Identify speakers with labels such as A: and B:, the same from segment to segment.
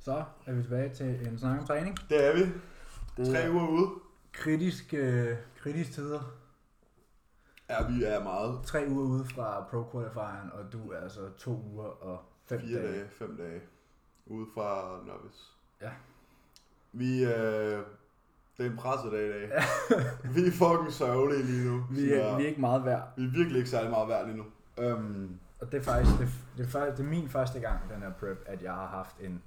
A: Så er vi tilbage til en snak om træning.
B: Det er vi.
A: Det
B: Tre
A: er
B: uger ude.
A: kritiske, øh, kritiske tider.
B: Ja, vi er meget.
A: Tre uger ude fra Pro Qualifieren, og du er altså to uger og fem
B: Fire
A: dage.
B: dage, fem dage. Ude fra Novice.
A: Ja.
B: Vi øh, Det er en presset dag i dag. vi er fucking sørgelige lige nu.
A: Vi, er, vi er ikke meget værd.
B: vi er virkelig ikke særlig meget værd lige nu. Øhm,
A: Og det er faktisk, det, det, er faktisk, det er min første gang, den her prep, at jeg har haft en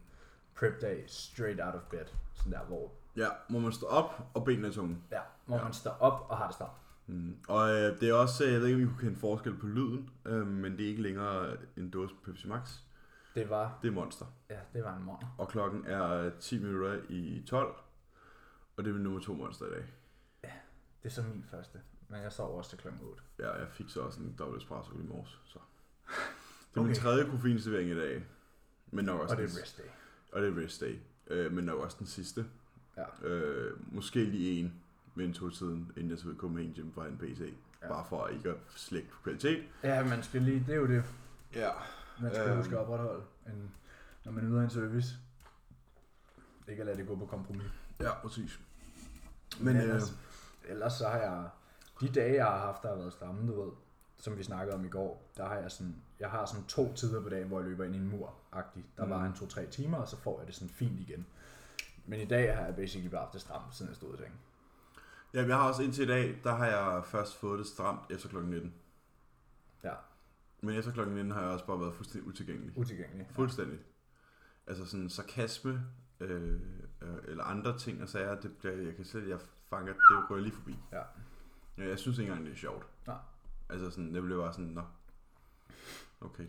A: prep dag straight out of bed. Sådan der, hvor,
C: Ja, hvor man står op og benene er tunge.
A: ja, hvor
C: Ja.
A: man står op og har det stramt.
C: Mm. Og øh, det er også, øh, jeg ved ikke om I kunne kende forskel på lyden, øh, men det er ikke længere en dåse Pepsi Max.
A: Det var,
C: Det er Monster.
A: ja, det var en morgen.
C: Og klokken er 10 minutter i 12, og det er min nummer to Monster i dag.
A: Det er så min første. Men jeg sov også til klokken 8.
C: Ja, jeg fik så også en dobbelt espresso i morges, så. Det er okay. min
A: Okay.
C: tredje koffeinservering i dag. Men nok også
A: Og det
C: den-
A: er rest day.
C: Og det er rest day. Øh, men nok også den sidste.
A: Ja.
C: Øh, måske lige en ved en to-tiden, inden jeg så kom hjem hjem fra en PC.
A: Ja.
C: Ja. Bare for at ikke at slække på kvalitet.
A: Ja, man skal lige, det er jo det.
B: ja.
A: Man skal
C: Øhm.
A: huske at opretholde, en, når man yder en service. Ikke at lade det gå på kompromis.
C: Ja, præcis. Men
A: Ja,
C: øh,
A: altså. Ellers så har jeg, de dage jeg har haft, der har været stramme, du ved, som vi snakkede om i går, der har jeg sådan, jeg har sådan to tider på dagen, hvor jeg løber ind i en mur -agtig. Der var en to-tre timer, og så får jeg det sådan fint igen. Men i dag har jeg basically bare haft det stramt, siden jeg stod i sengen.
C: ja, jeg har også indtil i dag, der har jeg først fået det stramt efter klokken 19.
A: Ja,
C: Men efter klokken 19 har jeg også bare været fuldstændig utilgængelig.
A: utilgængelig.
C: Fuldstændig. Altså sådan sarkasme øh, øh, eller andre ting og sager, det bliver, jeg kan selv, jeg fanger, det går lige forbi.
A: Ja.
C: ja. Jeg synes ikke engang, det er sjovt.
A: Nej.
C: Altså sådan, jeg blev bare sådan, nå. Okay.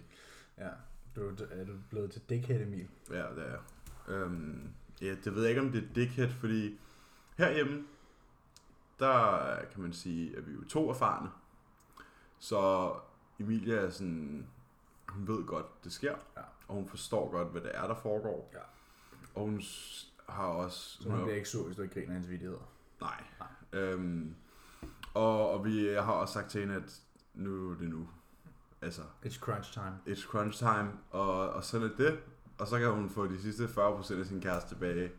A: Ja, du er du blevet til dickhead, Emil.
C: Ja, det er jeg. Øhm, ja, det ved jeg ikke, om det er dickhead, fordi herhjemme, der kan man sige, at vi er jo to erfarne. Så Emilia er sådan, hun ved godt, det sker,
A: Ja.
C: og hun forstår godt, hvad det er, der foregår.
A: Ja.
C: Og hun s- har også...
A: Så hun
C: har-
A: bliver ikke sur, hvis du ikke griner af hans videoer.
C: Nej. Øhm, og, og vi jeg har også sagt til hende, at nu er det nu. Altså,
A: It's crunch time.
C: it's crunch time, og, og sådan er det. Og så kan hun få de sidste 40% af sin kæreste tilbage,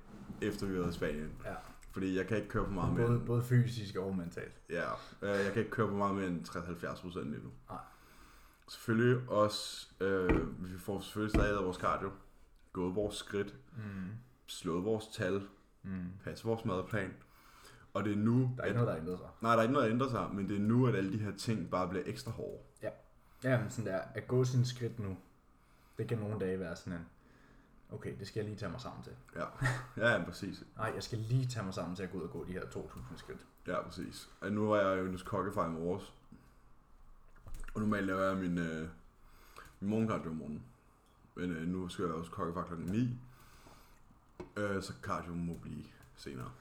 C: efter vi har været i Spanien.
A: Ja.
C: Fordi jeg kan ikke køre på meget mere
A: Både,
C: end,
A: både fysisk og mentalt.
C: ja, øh, jeg kan ikke køre på meget mere end 60-70% lige nu.
A: Nej.
C: Selvfølgelig også, øh, vi får selvfølgelig stadig af vores cardio, gået vores skridt,
A: Mm.
C: slået vores tal,
A: Mm.
C: passet vores madplan. Og det er nu,
A: Der er ikke noget, der ændrer sig.
C: Nej, der er ikke noget, der ændrer sig, men det er nu, at alle de her ting bare bliver ekstra hårde.
A: Jamen sådan der, at gå sine skridt nu, det kan nogle dage være sådan en, okay, det skal jeg lige tage mig sammen til.
C: Ja, ja, ja præcis.
A: Nej, jeg skal lige tage mig sammen til at gå ud og gå de her 2.000 skridt.
C: Ja, præcis. Og nu var jeg jo hos kokkefar i morges. Og normalt laver jeg min, øh, min morgenkardio om morgenen. Men øh, nu skal jeg hos kokkefar klokken 9. Øh, så cardio må blive senere.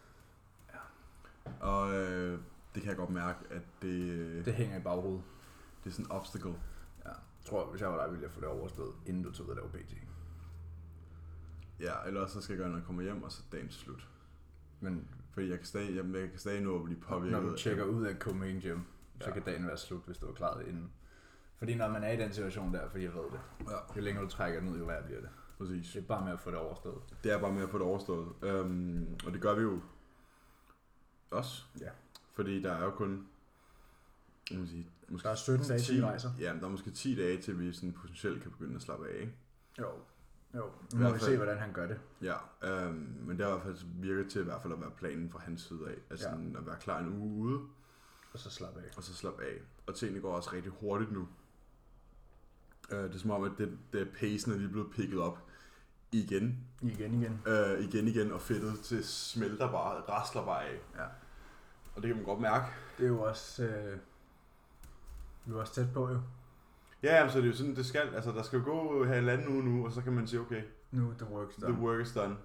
C: Ja. Og øh, det kan jeg godt mærke, at det, øh,
A: Det hænger i baghovedet.
C: det er sådan en obstacle.
A: Ja. Jeg tror, hvis jeg var dig, ville jeg få det overstået, inden du tog ud og lave PT.
C: Ja, eller også så skal jeg gøre, når jeg kommer hjem, og så er dagen slut.
A: Men
C: Fordi jeg kan stadig, jeg, jeg kan stadig nå at blive påvirket.
A: når du
C: af-
A: tjekker ud af Coming Gym, så
C: Ja.
A: kan dagen være slut, hvis du er klaret inden. Fordi når man er i den situation der, fordi jeg ved det,
C: Ja,
A: jo længere du trækker den ud, jo værre bliver det.
C: præcis.
A: Det er bare med at få det overstået.
C: Det er bare med at få det overstået. Øhm, og det gør vi jo også.
A: Ja.
C: Fordi der er jo kun... Jeg må sige, måske
A: Der er 17 dage, til vi rejser.
C: Ja, men der er måske 10 dage, til vi sådan potentielt kan begynde at slappe af. Ikke?
A: Jo. Jo,
C: I
A: nu må
C: hvert
A: vi
C: fald-
A: se, hvordan han gør det.
C: Ja, øhm, men det har i hvert fald virket til i hvert fald at være planen fra hans side af. Altså
A: Ja.
C: sådan at være klar en uge ude,
A: Og så slappe af.
C: og så slappe af. Og tingene går også rigtig hurtigt nu. Øh, det er som om, at det, det pacen er lige blevet picket op igen.
A: Igen, igen.
C: øh, igen igen, og fedtet til smelter bare, rasler bare af.
A: Ja.
C: Og det kan man godt mærke.
A: Det er jo også... Øh, vi var også tæt på jo.
C: Ja, jamen, så det er jo sådan, det skal. Altså, der skal jo gå halvanden uge nu, og så kan man sige, okay,
A: Nu er the work's
C: the
A: done.
C: work is done.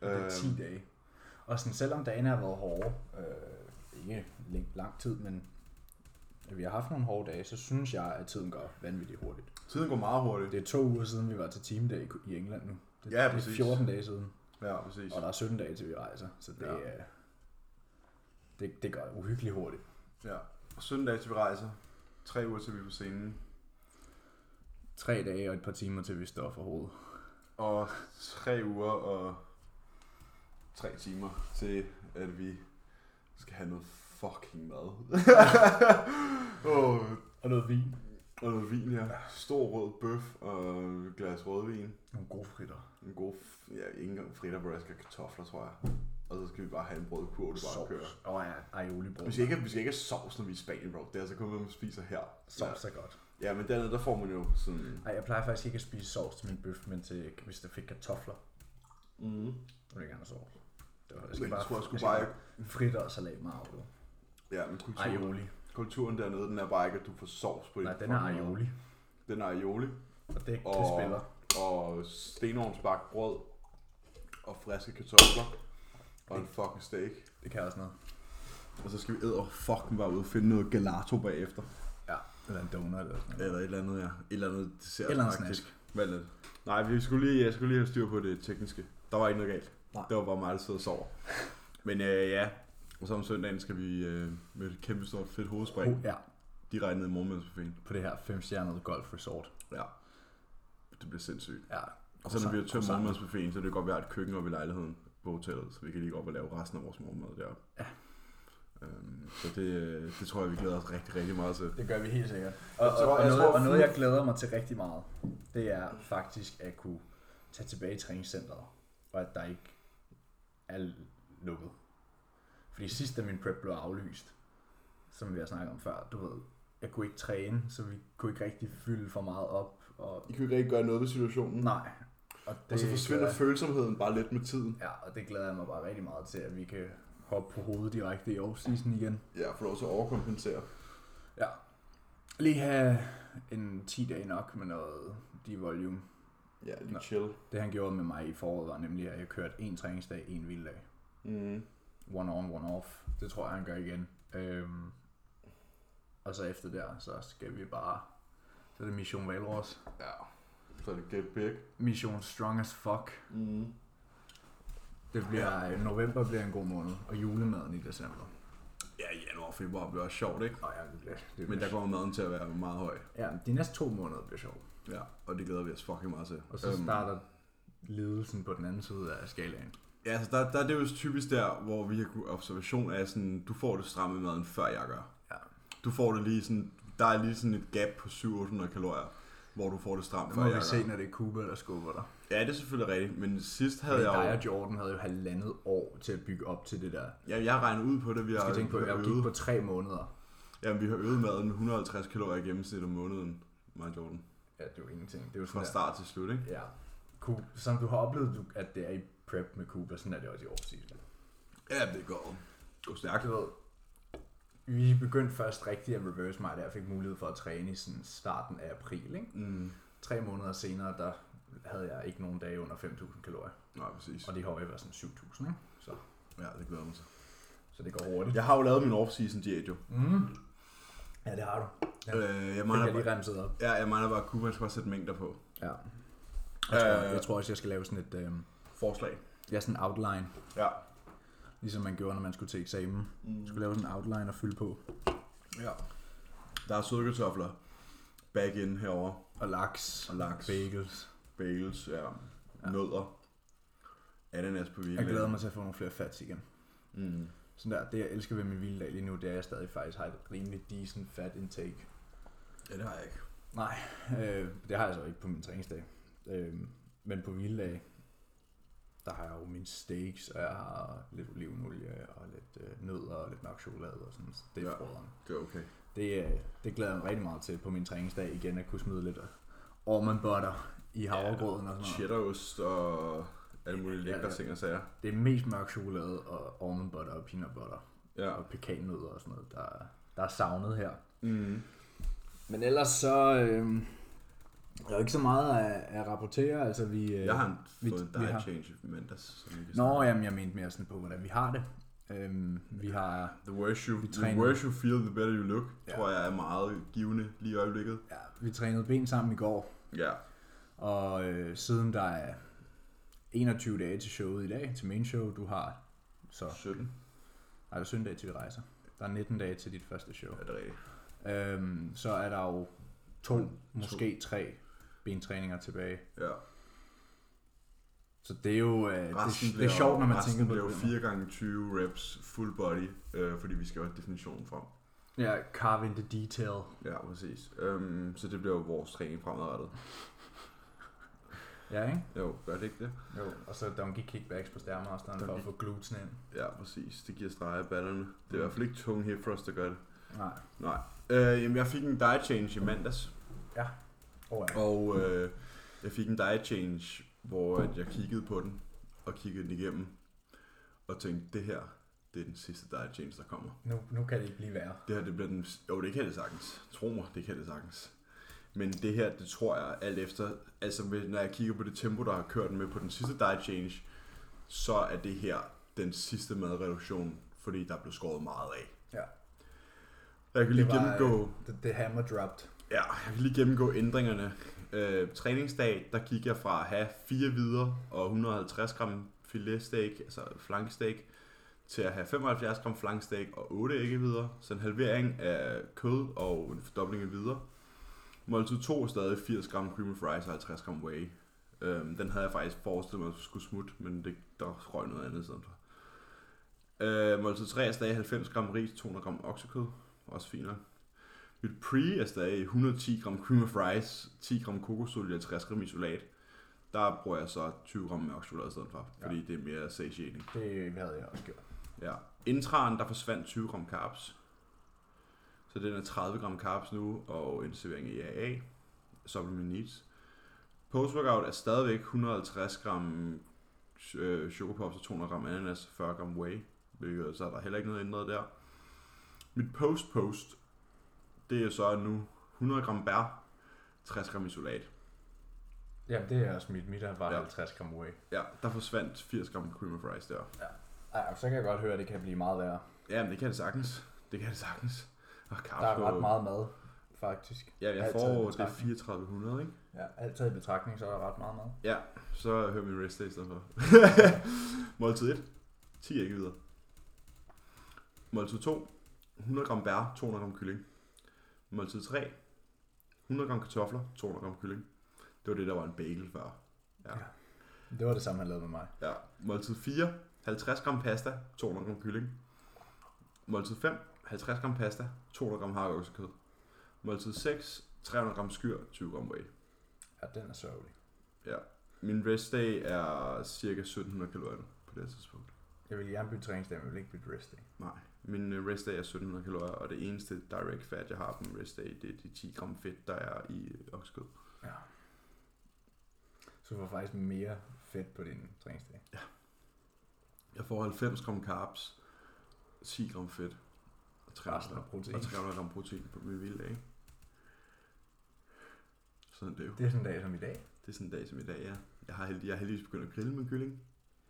A: Og
C: øh,
A: det er 10 dage. Og sådan, selvom dagene har været hårde, øh, ikke læng- lang tid, men at vi har haft nogle hårde dage, så synes jeg, at tiden går vanvittigt hurtigt.
C: Tiden går meget hurtigt.
A: Det er to uger siden, vi var til teamdag i- i England nu. Det,
C: Ja,
A: det er
C: præcis.
A: 14 dage siden,
C: Ja, præcis.
A: og der er 17 dage til vi rejser, så det,
C: Ja.
A: ja. det, det går uhyggeligt hurtigt.
C: Ja. Og søndag til vi rejser. Tre uger til vi er på scenen.
A: Tre dage og et par timer, til vi står for hovedet.
C: og tre uger og tre timer til, at vi skal have noget fucking mad. oh,
A: Og noget vin.
C: og noget vin, ja. Stor rød bøf og et glas rødvin.
A: Nogle gode fritter.
C: En god, f- ja, ikke engang fritter, hvor jeg skal have kartofler, tror jeg. Og så skal vi bare have en brødkurv, det bare kører.
A: Sovs. Åh oh, ja, aioli-brød.
C: Vi skal, ikke, vi skal ikke have sovs, når vi er i Spanien, bro. Det er altså kun, hvad man spiser her.
A: Sovs er godt.
C: Ja, men dernede, der får man jo sådan...
A: Ej, jeg plejer faktisk ikke at spise sovs til min bøf, men til, hvis der fik kartofler,
C: Mm.
A: så vil jeg gerne have sovs. Det var, jeg
C: Men jeg tror, jeg skulle
A: skal
C: bare
A: Fritter og salat med avlo.
C: Ja, men kulturen,
A: Aioli.
C: kulturen dernede, den er bare ikke, at du får sovs på din
A: Nej, den er
C: fucking mad.
A: aioli.
C: Den er aioli.
A: Og det, det
C: Og-
A: spiller.
C: Og stenovnsbagt brød. Og friske kartofler. Og en fucking steak.
A: Det kan også noget.
C: Og så skal vi æde og fucking bare ud og finde noget gelato bagefter.
A: Ja. Eller en donut eller sådan noget.
C: Eller et eller andet, ja. Et eller andet dessert.
A: Eller en
C: faktisk.
A: snask.
C: Hvad er det? Nej, vi skulle lige, jeg skulle lige have styr på det tekniske. Der var ikke noget galt.
A: Nej.
C: Det var bare mig, der stod og sov. Men øh, ja, og så om søndagen skal vi øh, med et kæmpe stort fedt hovedspring
A: Oh, ja,
C: direkte ned i morgenmadsbuffeten.
A: på det her femstjernede golf resort.
C: Ja. Det bliver sindssygt.
A: Ja.
C: Og så når vi har tømt
A: Croissant.
C: morgenmadsbuffeten, så er det godt være et køkken op i lejligheden på hotellet, så vi kan lige gå op og lave resten af vores morgenmad deroppe.
A: Ja.
C: Øhm, så det, øh, det tror jeg, vi glæder os rigtig, rigtig meget til.
A: Det gør vi helt sikkert. Og, og,
B: tror-
A: og,
B: jeg
A: noget,
B: tror,
A: og noget,
B: fuld-
A: jeg glæder mig til rigtig meget, det er faktisk at kunne tage tilbage i træningscenteret, og at der ikke er lukket. Fordi sidst, da min prep blev aflyst, som vi har snakket om før, du ved, jeg kunne ikke træne, så vi kunne ikke rigtig fylde for meget op. Og,
C: I kan ikke rigtig gøre noget ved situationen.
A: nej. Og, det
C: og så forsvinder
A: glæder-
C: følsomheden bare lidt med tiden.
A: Ja, og det glæder jeg mig bare rigtig meget til, at vi kan hoppe på hovedet direkte i off-season igen.
C: Ja, for lov til at overkompensere.
A: Ja. Lige have en 10 dage nok med noget de volume.
C: Ja, lige
A: Nå.
C: chill.
A: Det han gjorde med mig i foråret var nemlig, at jeg kørte en træningsdag, en hviledag.
C: Mm.
A: One on, one off. Det tror jeg, han gør igen. Øhm, og så efter der, så skal vi bare... Så er det Mission Valros.
C: Ja. Så er det get big.
A: Mission Strong as Fuck.
C: Mm.
A: Det bliver, november bliver en god måned, og julemaden i december.
C: Ja, januar og februar bliver også sjovt, ikke?
A: Og ja, det bliver, det bliver
C: Men der kommer maden til at være meget høj.
A: Ja, de næste to måneder bliver sjovt.
C: Ja, og det glæder vi os fucking meget til. Øhm,
A: Og så starter lidelsen på den anden side af skalaen.
C: Ja, altså der, der er det jo typisk der, hvor vi har kunnet- observation af sådan, du får det stramme maden, før jeg gør.
A: Ja.
C: Du får det lige sådan, der er lige sådan et gap på 700-800 kalorier, hvor du får det stramt,
A: Det
C: før
A: må vi
C: jeg
A: se,
C: gør.
A: når det er Cuba, der skubber dig.
C: Ja, det er selvfølgelig rigtigt, men sidst havde
A: Fordi dig
C: jeg
A: og Jordan havde jo halvandet år til at bygge op til det der.
C: jo, ja, jeg har regnet ud på det, vi
A: Jeg
C: har,
A: skal tænke på,
C: vi
A: at
C: har
A: jeg
C: øget-
A: gik på tre måneder.
C: Jamen, vi har øget maden med 150 kalorier i gennemsnit om måneden, mig og Jordan.
A: Ja, det er jo ingenting. Det er jo
C: Fra
A: sådan der.
C: start til slut, ikke?
A: Ja. Ku- Som du har oplevet, du- at det er i prep med Cuba, sådan er det også i offseason.
C: Ja, det går. Gå stærkt.
A: Du ved, vi begyndte først rigtig at reverse mig, da jeg fik mulighed for at træne i sådan starten af april. Ikke?
C: Mm.
A: Tre måneder senere, der havde jeg ikke nogen dage under 5.000 kalorier.
C: Nej, præcis.
A: Og det har jo været sådan 7.000, ikke? Så,
C: Ja, det glæder mig til.
A: så det går hurtigt.
C: Jeg har jo lavet min off-season diæt, jo.
A: Mm. Ja, det har du. Ja.
C: Øh, jeg,
A: Det kan
C: mangler
A: jeg
C: bare,
A: lige remset op.
C: ja, jeg mangler bare, at Kuba skal bare sætte mængder på.
A: Ja. Jeg tror,
C: Øh.
A: jeg tror også, jeg skal lave sådan et... Øh,
C: Forslag.
A: ja, sådan en outline.
C: Ja.
A: Ligesom man gjorde, når man skulle til eksamen. Man
C: Mm.
A: skulle lave sådan en outline og fylde på.
C: ja. Der er sødkartofler, back in herover,
A: Og laks.
C: Og laks.
A: Bagels.
C: bagels, ja,
A: Ja.
C: ja. nødder, ananas på virkelig.
A: Jeg glæder mig til at få nogle flere fats igen.
C: Mm.
A: Sådan der, det jeg elsker ved min hviledag lige nu, det er, at jeg stadig faktisk har et rimelig decent fat intake.
C: Ja, det har jeg ikke.
A: Nej, øh, det har jeg så ikke på min træningsdag. Øh, men på hviledag, der har jeg jo mine steaks, og jeg har lidt olivenolie, og lidt øh, nødder, og lidt mørk chokolade, og sådan. Så det er
C: Ja.
A: ja.
C: Det er okay.
A: Det, øh, det glæder jeg mig rigtig meget til på min træningsdag igen, at kunne smide lidt almond butter i havregrøden og sådan noget.
C: Cheddarost og alle mulige
A: Ja,
C: lækre
A: ja.
C: ting og sager.
A: Det er mest mørk chokolade og almond butter og peanut butter
C: Ja.
A: og pekannødder og sådan noget, der, er- der er savnet her.
C: Mm.
A: Men ellers så øh, der er jo ikke så meget at, at rapportere. Altså, vi, øh,
C: Jeg har en,
A: vi-
C: fået en
A: vi har-
C: diet change i mandags. Som vi kan snakke
A: Nå,
C: om.
A: jamen, jeg mente mere sådan på, hvordan vi har det. Øhm, vi har,
C: The worse you,
A: Vi
C: the
A: træner.
C: worse you feel, the better you look,
A: Ja.
C: ja. tror jeg er meget givende lige i øjeblikket.
A: ja, vi trænede ben sammen i går,
C: Ja.
A: og øh, siden der er 21 dage til showet i dag, til main show, du har så,
C: 17.
A: nej, der er søndag til vi rejser. Der er 19 dage til dit første show.
C: Er det rigtigt?
A: Øhm, så er der jo to, måske tre bentræninger tilbage.
C: Ja.
A: Så det er jo øh, det, er sådan- det er sjovt, når man tænker på
C: det.
A: det.
C: Resten blev 4 gange 20 reps full body, øh, fordi vi skal have definitionen frem.
A: Ja, carve in the detail.
C: Ja, præcis. Øhm, så det bliver jo vores træning fremadrettet.
A: Ja, ikke?
C: Jo, gør det ikke det?
A: Jo, og så donkey kickbacks på stærmasteren for at få gluten ind.
C: Ja, præcis. Det giver streger i ballerne. Det er i hvert fald ikke tunge hip thrust, der gør det.
A: Nej.
C: Nej. Øh, jamen, jeg fik en diet change i mandags,
A: Oh, ja.
C: og øh, jeg fik en diet change, hvor at jeg kiggede på den, og kiggede den igennem, og tænkte, det her, det er den sidste diet change, der kommer.
A: nu, nu kan det ikke blive værre.
C: Det her, det bliver den... Jo, det kan det sagtens. Tro mig, det kan det sagtens. Men det her, det tror jeg alt efter... Altså, ved- når jeg kigger på det tempo, der har kørt med på den sidste diet change, så er det her den sidste madreduktion, fordi der blev skåret meget af.
A: Ja.
C: Jeg kan
A: Det
C: lige
A: var, øh,
C: gennemgå...
A: Det, det hammer dropped.
C: Ja, jeg kan lige gennemgå ændringerne. Øh, træningsdag, der gik jeg fra at have fire hvider og 150 gram filetsteak, altså flanksteak, til at have 75 gram flanksteak og 8 æggevider, så en halvering af kød og en fordobling af hvider. Måltid 2 er stadig 80 gram cream of rice og 50 gram whey. Øhm, den havde jeg faktisk forestillet mig, at skulle smutte, men det, der røg noget andet i stedet for. Øh, måltid 3 er stadig 90 gram ris, 200 gram oksekød, også fint nok. Mit pre er stadig 110 gram cream of rice, 10 gram kokosolie og 60 gram isolat. Der bruger jeg så 20 gram mørk chokolade i stedet for,
A: Ja.
C: fordi det er mere satiating.
A: Det havde jeg også gjort.
C: Ja. Intraen, der forsvandt 20 gram carbs. Så den er 30 gram carbs nu, og en servering af IAA. Supplement needs. Post-workout er stadigvæk 150 gram øh, chokopops og 200 gram ananas, 40 gram whey. Hvilket så er der heller ikke noget ændret der. Mit post-post, det er så nu 100 gram bær, 60 gram isolat.
A: Jamen, det er også mit. Mit er bare
C: Ja.
A: 50 gram away.
C: Ja, der forsvandt 80 gram cream of rice der.
A: Ej, så kan jeg godt høre, at det kan blive meget værre.
C: Ja, men det kan det sagtens. Det kan det sagtens. Og carbs
A: Der er
C: på-
A: ret meget mad, faktisk.
C: Ja, jeg
A: Alt taget i
C: får det er
A: betragtning.
C: 3400, ikke?
A: Ja, alt taget i betragtning, så er der ret meget mad.
C: Så hører min rest day i stedet for. Måltid 1, 10 æggehvider. Måltid 2, 100 gram bær, 200 gram kylling. Måltid 3, 100 gram kartofler, 200 gram kylling. Det var det, der var en bagel før. Ja.
A: Ja. Det var det samme, han lavede med mig.
C: ja. Måltid 4, 50 gram pasta, 200 gram kylling. Måltid 5, 50 gram pasta, 200 gram hakkeoksekød. Måltid 6, 300 gram skyr, 20 gram whey.
A: Ja, den er sørgelig.
C: Min rest day er cirka 1700 kalorier nu, på det her tidspunkt.
A: Jeg vil gerne bytte træningsdag, men jeg vil ikke bytte rest day.
C: Nej. Min øh, rest day er 1700 kalorier, og det eneste direct fat, jeg har på min rest day, det er de 10 gram fedt, der er i øh, oksekød.
A: Ja. Så du får faktisk mere fedt på din træningsdag.
C: Jeg får 90 gram carbs, 10 gram fedt og 300
A: Resten
C: gram,
A: af protein.
C: og 300 gram protein på min vilde dag. Sådan det er jo.
A: Det er sådan en dag som i dag.
C: Det er sådan en dag som i dag, ja. Jeg har, heldig, jeg har heldigvis begyndt at grille med kylling.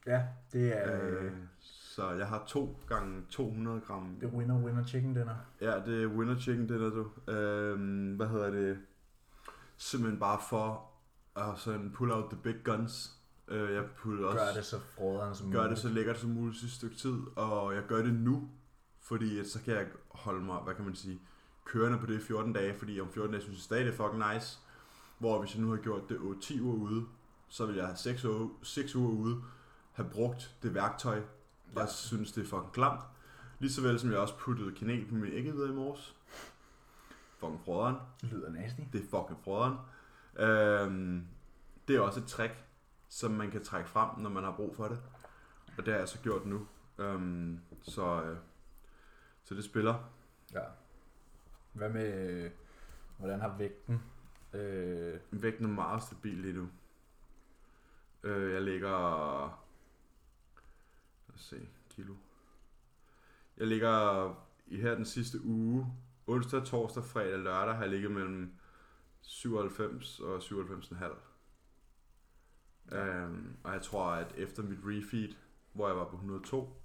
A: Ja, det er øh,
C: Øh, så jeg har to gange 200 gram
A: det er winner winner chicken dinner.
C: Ja, det er winner chicken, det der du. Øhm, hvad hedder det? Simpelthen bare for at sådan pull out the big guns. Øh, jeg pull også,
A: Gør det så frøderen som
C: gør det
A: muligt.
C: så lækkert som muligt sidste stykke tid, og jeg gør det nu, fordi at så kan jeg holde mig, hvad kan man sige, kørende på det i 14 dage, fordi om 14 dage synes jeg stadig, det er fucking nice. Hvor hvis jeg nu har gjort det 10 uger ude, så vil jeg have 6 uger, 6 uger ude, have brugt det værktøj,
A: Ja.
C: jeg synes, det er fucking klamt. Lige så vel som jeg også puttede kanel på min æggehvide i morges. Fucking frøderen.
A: Det lyder nasty.
C: Det er fucking frøderen. Øhm, det er også et trick, som man kan trække frem, når man har brug for det. Og det har jeg så gjort nu. Øhm, så, øh, så det spiller.
A: Ja. Hvad med, øh, hvordan har vægten? Øh,
C: Vægten er meget stabil lige nu. Øh, jeg ligger... Lad os se, kilo. Jeg ligger i her den sidste uge, onsdag, torsdag, fredag, lørdag, har jeg ligget mellem 97 og 97,5. Øhm, og jeg tror, at efter mit refeed, hvor jeg var på 102,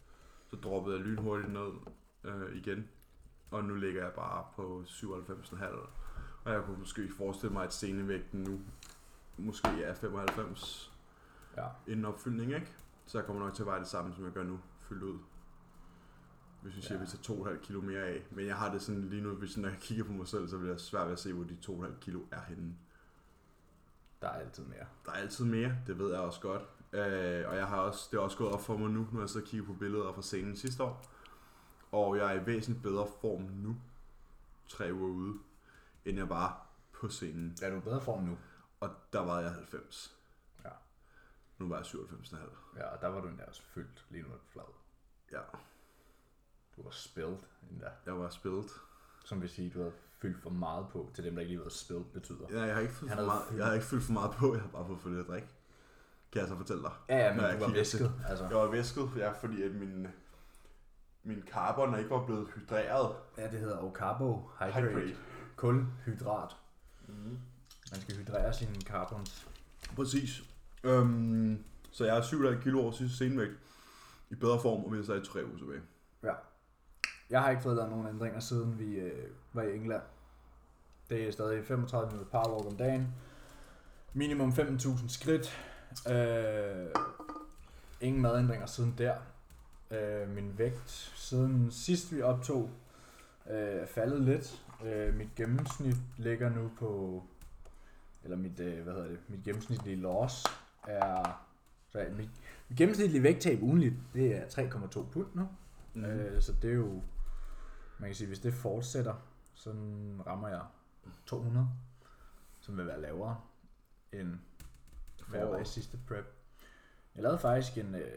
C: så droppede jeg lynhurtigt ned øh, igen. Og nu ligger jeg bare på 97,5. Og jeg kunne måske forestille mig, at scenevægten nu måske er 95
A: ja.
C: inden opfyldning, ikke? Så jeg kommer nok til at veje det samme, som jeg gør nu, fyldt ud. Hvis vi siger,
A: Ja.
C: at vi tager 2,5 kilo mere af. Men jeg har det sådan lige nu, hvis når jeg kigger på mig selv, så bliver jeg svært ved at se, hvor de 2,5 kilo er henne.
A: Der er altid mere.
C: Der er altid mere, det ved jeg også godt. Øh, og jeg har også, det er også gået op for mig nu, når jeg sidder og kigger på billeder fra scenen sidste år. Og jeg er i væsentligt bedre form nu, tre uger ude, end jeg var på scenen.
A: Er du i bedre form nu?
C: Og der var jeg 90.
A: Ja.
C: Nu var jeg 97,5.
A: Ja, og der var du endda også fyldt lige nu er du flad.
C: Ja,
A: Du var spildt endda.
C: jeg var spillet.
A: Som vil sige, at du havde fyldt for meget på, til dem, der ikke lige ved, hvad spildt betyder.
C: Ja, jeg har ikke fyldt
A: Han
C: for
A: havde
C: meget,
A: fyldt.
C: jeg har ikke fyldt for meget på, jeg har bare fået for lidt at drikke. Kan jeg så fortælle dig?
A: Ja, ja men
C: Når jeg
A: du var
C: kigger til-
A: væsket. Altså.
C: Jeg var væsket, ja, fordi at min, min carbon ikke var blevet hydreret.
A: Ja, det hedder jo carbohydrate.
C: Hydrate.
A: Kulhydrat.
B: Mm.
A: Man skal hydrere sine carbons.
C: Præcis. Øhm, så jeg er 7,5 kilo over sidste senvægt. I bedre form, og mindst er jeg tre uger tilbage.
A: Ja. Jeg har ikke fået lavet nogen ændringer, siden vi øh, var i England. Det er stadig 35 minutter powerwalk om dagen. Minimum 15.000 skridt. Øh, ingen madændringer siden der. Øh, min vægt siden sidst vi optog øh, er faldet lidt. Øh, mit gennemsnit ligger nu på eller mit, øh, hvad hedder det, mit gennemsnitlige loss er så mit, mit gennemsnitlige vægttab ugenligt, det er 3,2 pund nu. Mm.
C: Mm-hmm.
A: Øh, så det er jo, man kan sige, hvis det fortsætter, så rammer jeg 200, som vil være lavere end hvad jeg var i
C: Foråret.
A: sidste prep. Jeg lavede faktisk en, øh,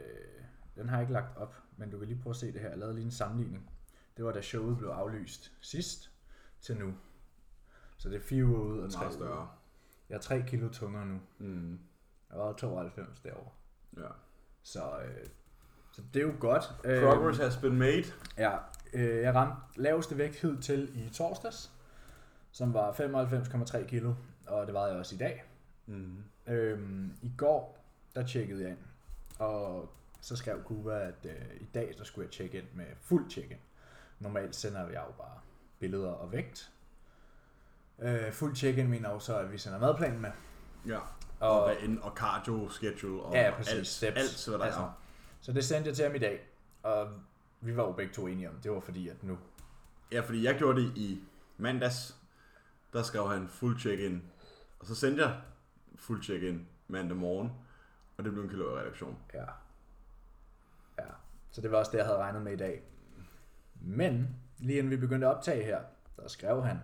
A: den har jeg ikke lagt op, men du kan lige prøve at se det her. Jeg lavede lige en sammenligning. Det var da showet blev aflyst sidst til nu. Så det er fire uger ud og
C: Tre
A: uger.
C: større.
A: Jeg er 3 kilo tungere nu.
C: Mm.
A: Jeg var jo 92 derovre.
C: Ja.
A: Så, øh, så det er jo godt. Øh,
C: Progress has been made.
A: Ja, øh, jeg ramte laveste vægt hed til i torsdags, som var 95,3 kilo, og det var jeg også i dag.
C: Mm.
A: Øh, I går, der tjekkede jeg ind, og så skrev Kuba, at øh, i dag, så skulle jeg tjekke ind med fuld check-in. Normalt sender jeg jo bare billeder og vægt. Øh, fuld check-in mener jo så, at vi sender madplanen med.
C: Ja. Og, og, hvad end, og cardio schedule og
A: Ja, præcis.
C: alt,
A: Steps.
C: alt, hvad der
A: Altså.
C: er.
A: Så det sendte jeg til ham i dag, og vi var jo begge to enige om, det var fordi, at nu...
C: Ja, fordi jeg gjorde det i mandags. Der skrev han full check-in. Og så sendte jeg full check-in mandag morgen. Og det blev en kaloriereduktion.
A: Ja. Ja. Så det var også det, jeg havde regnet med i dag. Men, lige inden vi begyndte at optage her, der skrev han...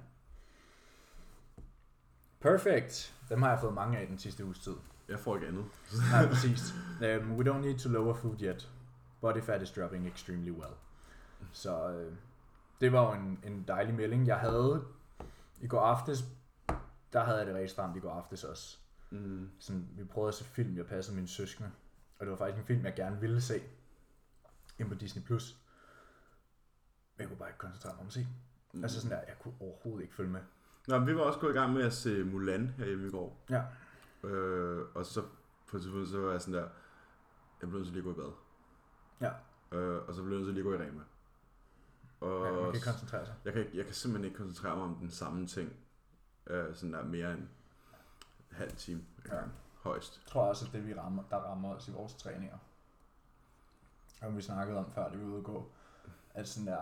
A: Perfect! Dem har jeg fået mange af den sidste uges tid.
C: Jeg får ikke andet.
A: Nej, præcis. Um, we don't need to lower food yet. Body fat is dropping extremely well. Så øh, det var jo en, en dejlig melding. Jeg havde i går aftes, der havde jeg det rigtig stramt i går aftes også.
C: Mm.
A: Sådan, vi prøvede at se film, jeg passede mine søskende. Og det var faktisk en film, jeg gerne ville se. Ind på Disney+. Plus. Men jeg kunne bare ikke koncentrere mig om at se. Mm. Altså sådan der, jeg kunne overhovedet ikke følge med.
C: Nå, men vi var også gået i gang med at se Mulan herhjemme i går.
A: Ja.
C: Øh, og så på et tidspunkt, så var jeg sådan der, jeg blev nødt til lige at gå i bad.
A: Ja.
C: Øh, og så blev jeg nødt til lige at gå i Rema. Og
A: Man kan ikke
C: jeg,
A: koncentrere sig.
C: kan, ikke- jeg kan simpelthen ikke koncentrere mig om den samme ting, øh, sådan der mere end en halv time ad
A: Ja.
C: gangen, højst.
A: Jeg tror også, at det, vi rammer, der rammer os i vores træninger, og vi snakkede om før, det vi var ude at gå, at sådan der,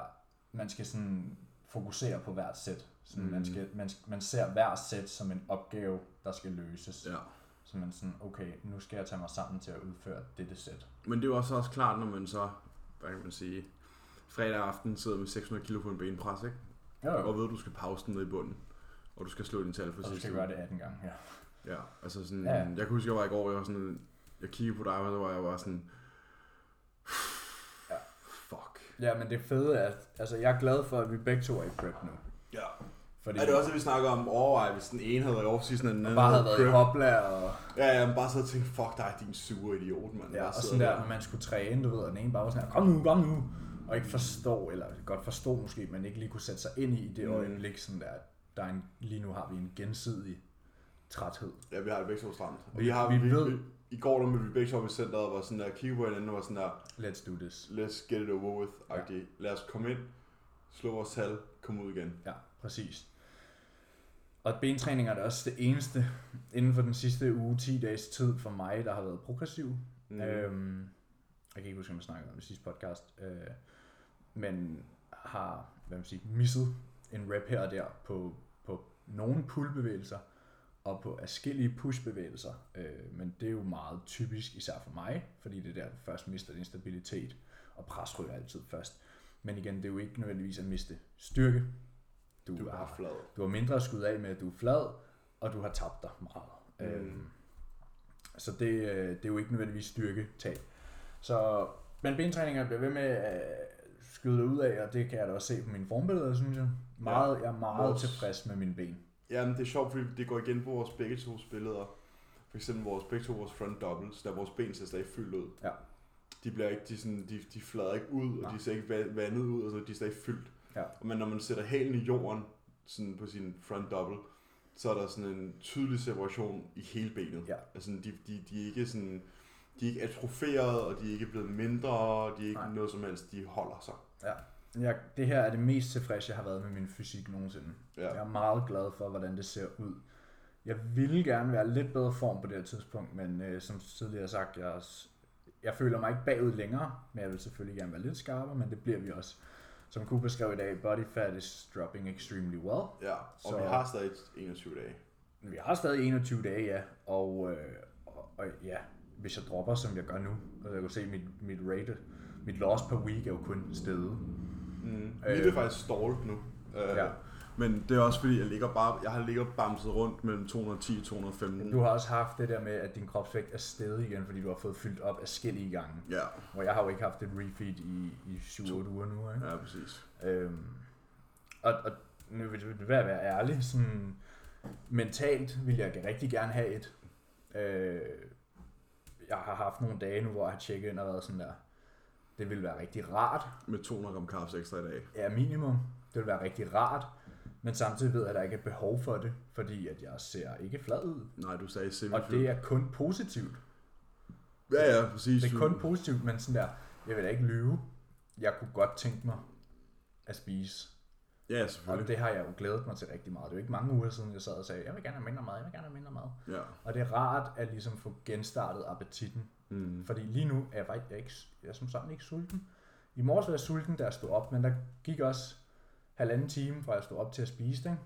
A: man skal sådan fokusere på hvert sæt. Sådan, mm. man,
C: Mm.
A: skal, man, man ser hver sæt som en opgave, der skal løses.
C: Ja.
A: Så man sådan, okay, nu skal jeg tage mig sammen til at udføre dette sæt.
C: Men det er jo også, også klart, når man så, hvad kan man sige, fredag aften sidder med 600 kilo på en benpres, ikke?
A: Jo, jo.
C: Og ved, at du skal pause den ned i bunden, og du skal slå din tal for
A: Og du
C: sidste
A: skal
C: uge.
A: gøre det 18 gange, ja.
C: Ja, altså sådan,
A: Ja.
C: ja. jeg kan huske, jeg var i går, jeg var sådan, jeg kiggede på dig, og så var jeg bare sådan,
A: Ja.
C: fuck.
A: Ja, men det fede er, at- altså jeg er glad for, at vi begge to er i prep nu.
C: Ja.
A: Fordi
C: Er det også, at vi snakker om overvej, hvis den ene havde været i off-season, og den
A: vi
C: anden
A: bare havde været i
C: prep?
A: hopla og,
C: Ja, ja, men bare så og tænkte, fuck dig, din sure idiot, mand.
A: ja,
C: Bare
A: og sådan
C: sidder
A: der, når man skulle træne, du ved, og den ene bare var sådan her, kom nu, kom nu, og ikke forstår, eller godt forstår måske, men ikke lige kunne sætte sig ind i det mm.
C: Mm.
A: øjeblik, sådan der, der er en, lige nu har vi en gensidig træthed.
C: Ja, vi har det begge så stramt. Og
A: Vi-
C: vi, har,
A: vi
C: vi, vi,
A: ved-
C: vi, I går, der mødte vi begge så op i centeret, og var sådan der, kiggede på hinanden, og var sådan der,
A: Let's do this.
C: let's get it over with, agtig. Lad os komme ind, slå vores tal, komme ud igen.
A: Ja, præcis. Og bentræning er det også det eneste inden for den sidste uge, 10 dages tid for mig, der har været progressiv. Mm. Øhm, jeg kan ikke huske, om jeg snakkede om det i sidste podcast, øh, men har hvad man siger, misset en rep her og der på, på nogle pullbevægelser, og på forskellige pushbevægelser. Øh, men det er jo meget typisk, især for mig, fordi det er der, du først mister din stabilitet, og pres ryger altid først. Men igen, det er jo ikke nødvendigvis at miste styrke. Du,
B: Du
A: du,
B: er bare
A: har,
B: flad.
A: du har mindre skud af med, at du er flad, og du har tabt dig meget. Mm. Øh, så det, øh, det er jo ikke nødvendigvis styrketab. Så, men bentræninger bliver ved med at skyde ud af, og det kan jeg da også se på mine formbilleder, synes jeg. Meget, ja. Jeg er meget
B: Vores-
A: tilfreds med mine ben.
B: Jamen, det er sjovt, fordi det går igen på vores begge to billeder. For eksempel vores, begge to vores front doubles, der vores ben ser stadig fyldt ud.
A: Ja.
B: De, bliver ikke, de, er sådan, de, de flader ikke ud, og
A: Nej.
B: de ser ikke va- vandet ud, og så de er stadig fyldt.
A: Ja.
B: Men når man sætter hælen i jorden sådan på sin front double, så er der sådan en tydelig separation i hele benet.
A: Ja.
B: Altså, de, de, de er ikke sådan... De er ikke atroferet, og de er ikke blevet mindre, og de er ikke
A: Nej.
B: Nej. noget som helst. De holder sig.
A: Jeg, det her er det mest tilfreds, jeg har været med min fysik nogensinde.
B: Ja.
A: Jeg er meget glad for, hvordan det ser ud. Jeg ville gerne være lidt bedre form på det her tidspunkt, men øh, som tidligere sagt, jeg, er s- jeg føler mig ikke bagud længere, men jeg vil selvfølgelig gerne være lidt skarpere, men det bliver vi også. Som Cooper skrev i dag, body fat is dropping extremely well.
B: Ja, og
A: Så-
B: så... vi har stadig 21 dage.
A: Men Vi har stadig 21 dage, ja. Og, øh, og, og ja, hvis jeg dropper, som jeg gør nu, og jeg kan se, mit, mit rate, mit loss per week er jo kun steget.
B: Mm. Mit er faktisk stallet nu. Øh,
A: Ja.
C: Men det er også fordi, jeg ligger bare, jeg har ligget og bamset rundt mellem 210 og 215.
A: Du har også haft det der med, at din kropsvægt er steget igen, fordi du har fået fyldt op af skille gange.
C: Ja,
A: Hvor jeg har jo ikke haft et refeed i, i 7-8 uger nu, ikke?
C: ja, præcis.
A: Øhm, og, og nu vil jeg være, være ærlig, sådan, mentalt vil jeg rigtig gerne have et. Øh, jeg har haft nogle dage nu, hvor jeg har tjekket ind og været sådan der, det ville være rigtig rart,
C: Med 200 gram carbs ekstra i dag.
A: ja, minimum. Det ville være rigtig rart, men samtidig ved jeg, at der ikke er behov for det, fordi at jeg ser ikke flad ud.
C: Nej, du sagde
A: Og
C: semifyldt.
A: det er kun positivt.
C: Ja, ja, præcis.
A: Det
C: Du-
A: er kun positivt, men sådan der, jeg vil da ikke lyve. Jeg kunne godt tænke mig at spise.
C: Ja,
A: Og
C: selvfølgelig.
A: det har jeg jo glædet mig til rigtig meget. Det er jo ikke mange uger siden, jeg sad og sagde, jeg vil gerne have mindre mad, jeg vil gerne have mindre mad.
C: Ja.
A: Og det er rart at ligesom få genstartet appetitten.
C: Mm.
A: Fordi lige nu er jeg, faktisk- jeg, er ikke, jeg er som sådan ikke sulten. I morges var jeg sulten, da jeg stod op, men der gik også halvanden time, fra jeg stod op til at spise det. ikke?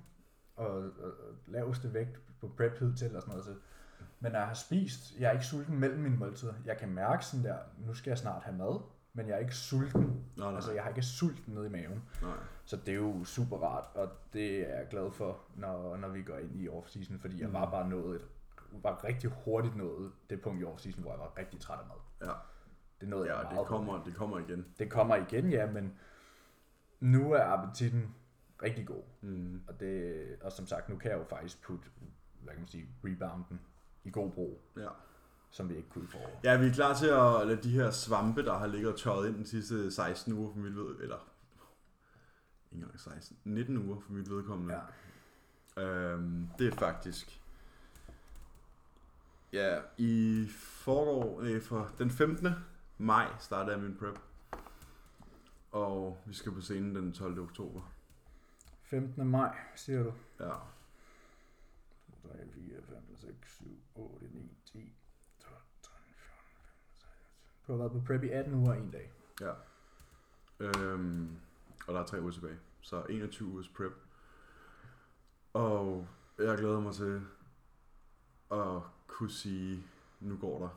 A: Og, og, og laveste vægt på prep hed til og sådan noget. Så. Men når jeg har spist, jeg er ikke sulten mellem mine måltider. Jeg kan mærke sådan der, nu skal jeg snart have mad, men jeg er ikke sulten.
C: Nej, nej,
A: Altså, jeg har ikke sulten nede i maven.
C: nej.
A: Så det er jo super rart, og det er jeg glad for, når, når vi går ind i off-season, fordi jeg var bare nået et, var rigtig hurtigt nået det punkt i off-season, hvor jeg var rigtig træt af mad.
C: Ja,
A: Det nåede jeg
C: ja
A: meget
C: det, kommer, det kommer igen.
A: hurtigt. det kommer igen, ja, men nu er appetitten rigtig god.
C: Mm.
A: Og, det, og som sagt, nu kan jeg jo faktisk putte, hvad kan man sige, rebounden i god brug,
C: Ja.
A: som vi ikke kunne i foråret.
C: ja, vi er klar til at lade de her svampe, der har ligget og tørret ind den sidste 16 uger for mit ved, eller ikke engang 16, 19 uger for mit vedkommende.
A: Ja.
C: Øhm, det er faktisk... Ja, i forgår, øh, for den 15. maj startede jeg min prep. Og vi skal på scenen den 12. oktober.
A: 15. maj, siger du?
C: Ja.
A: 3, 4, 5, 6, 7, 8, 9, 10, 12, 13, 14, 15, 16. Du har været på prep i 18 uger og en dag.
C: Øhm, og der er tre uger tilbage. Så 21 ugers prep. Og jeg glæder mig til at kunne sige, nu går der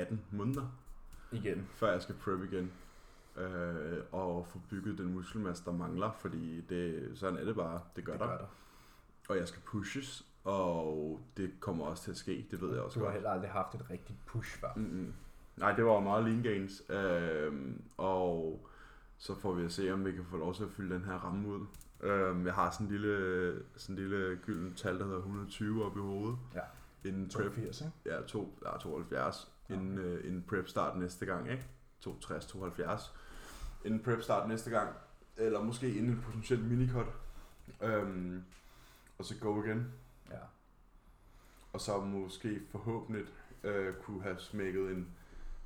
C: 18 måneder.
A: Igen.
C: før jeg skal prep igen. Øh, og få bygget den muskelmasse, der mangler, fordi det, sådan er det bare. Det gør, det der.
A: der.
C: Og jeg skal pushes, og det kommer også til at ske, det ved jeg
A: Du
C: også
A: har
C: godt. Mm.
A: heller aldrig haft et rigtigt push før.
C: Mm-mm. Nej, det var jo meget lean gains. Øh, og så får vi at se, om vi kan få lov til at fylde den her ramme ud. Øh, jeg har sådan en lille, sådan en lille gylden tal, der hedder 120 oppe i hovedet.
A: Ja.
C: Inden prep
A: 82, ikke?
C: ja, to, ja 72,
A: Ja.
C: inden, øh, inden prep start næste gang, ikke? 62, 72. Inden prep start næste gang, eller måske inden et potentielt minicot. Øhm, og så go igen.
A: Ja.
C: Og så måske forhåbentlig øh, kunne have smækket en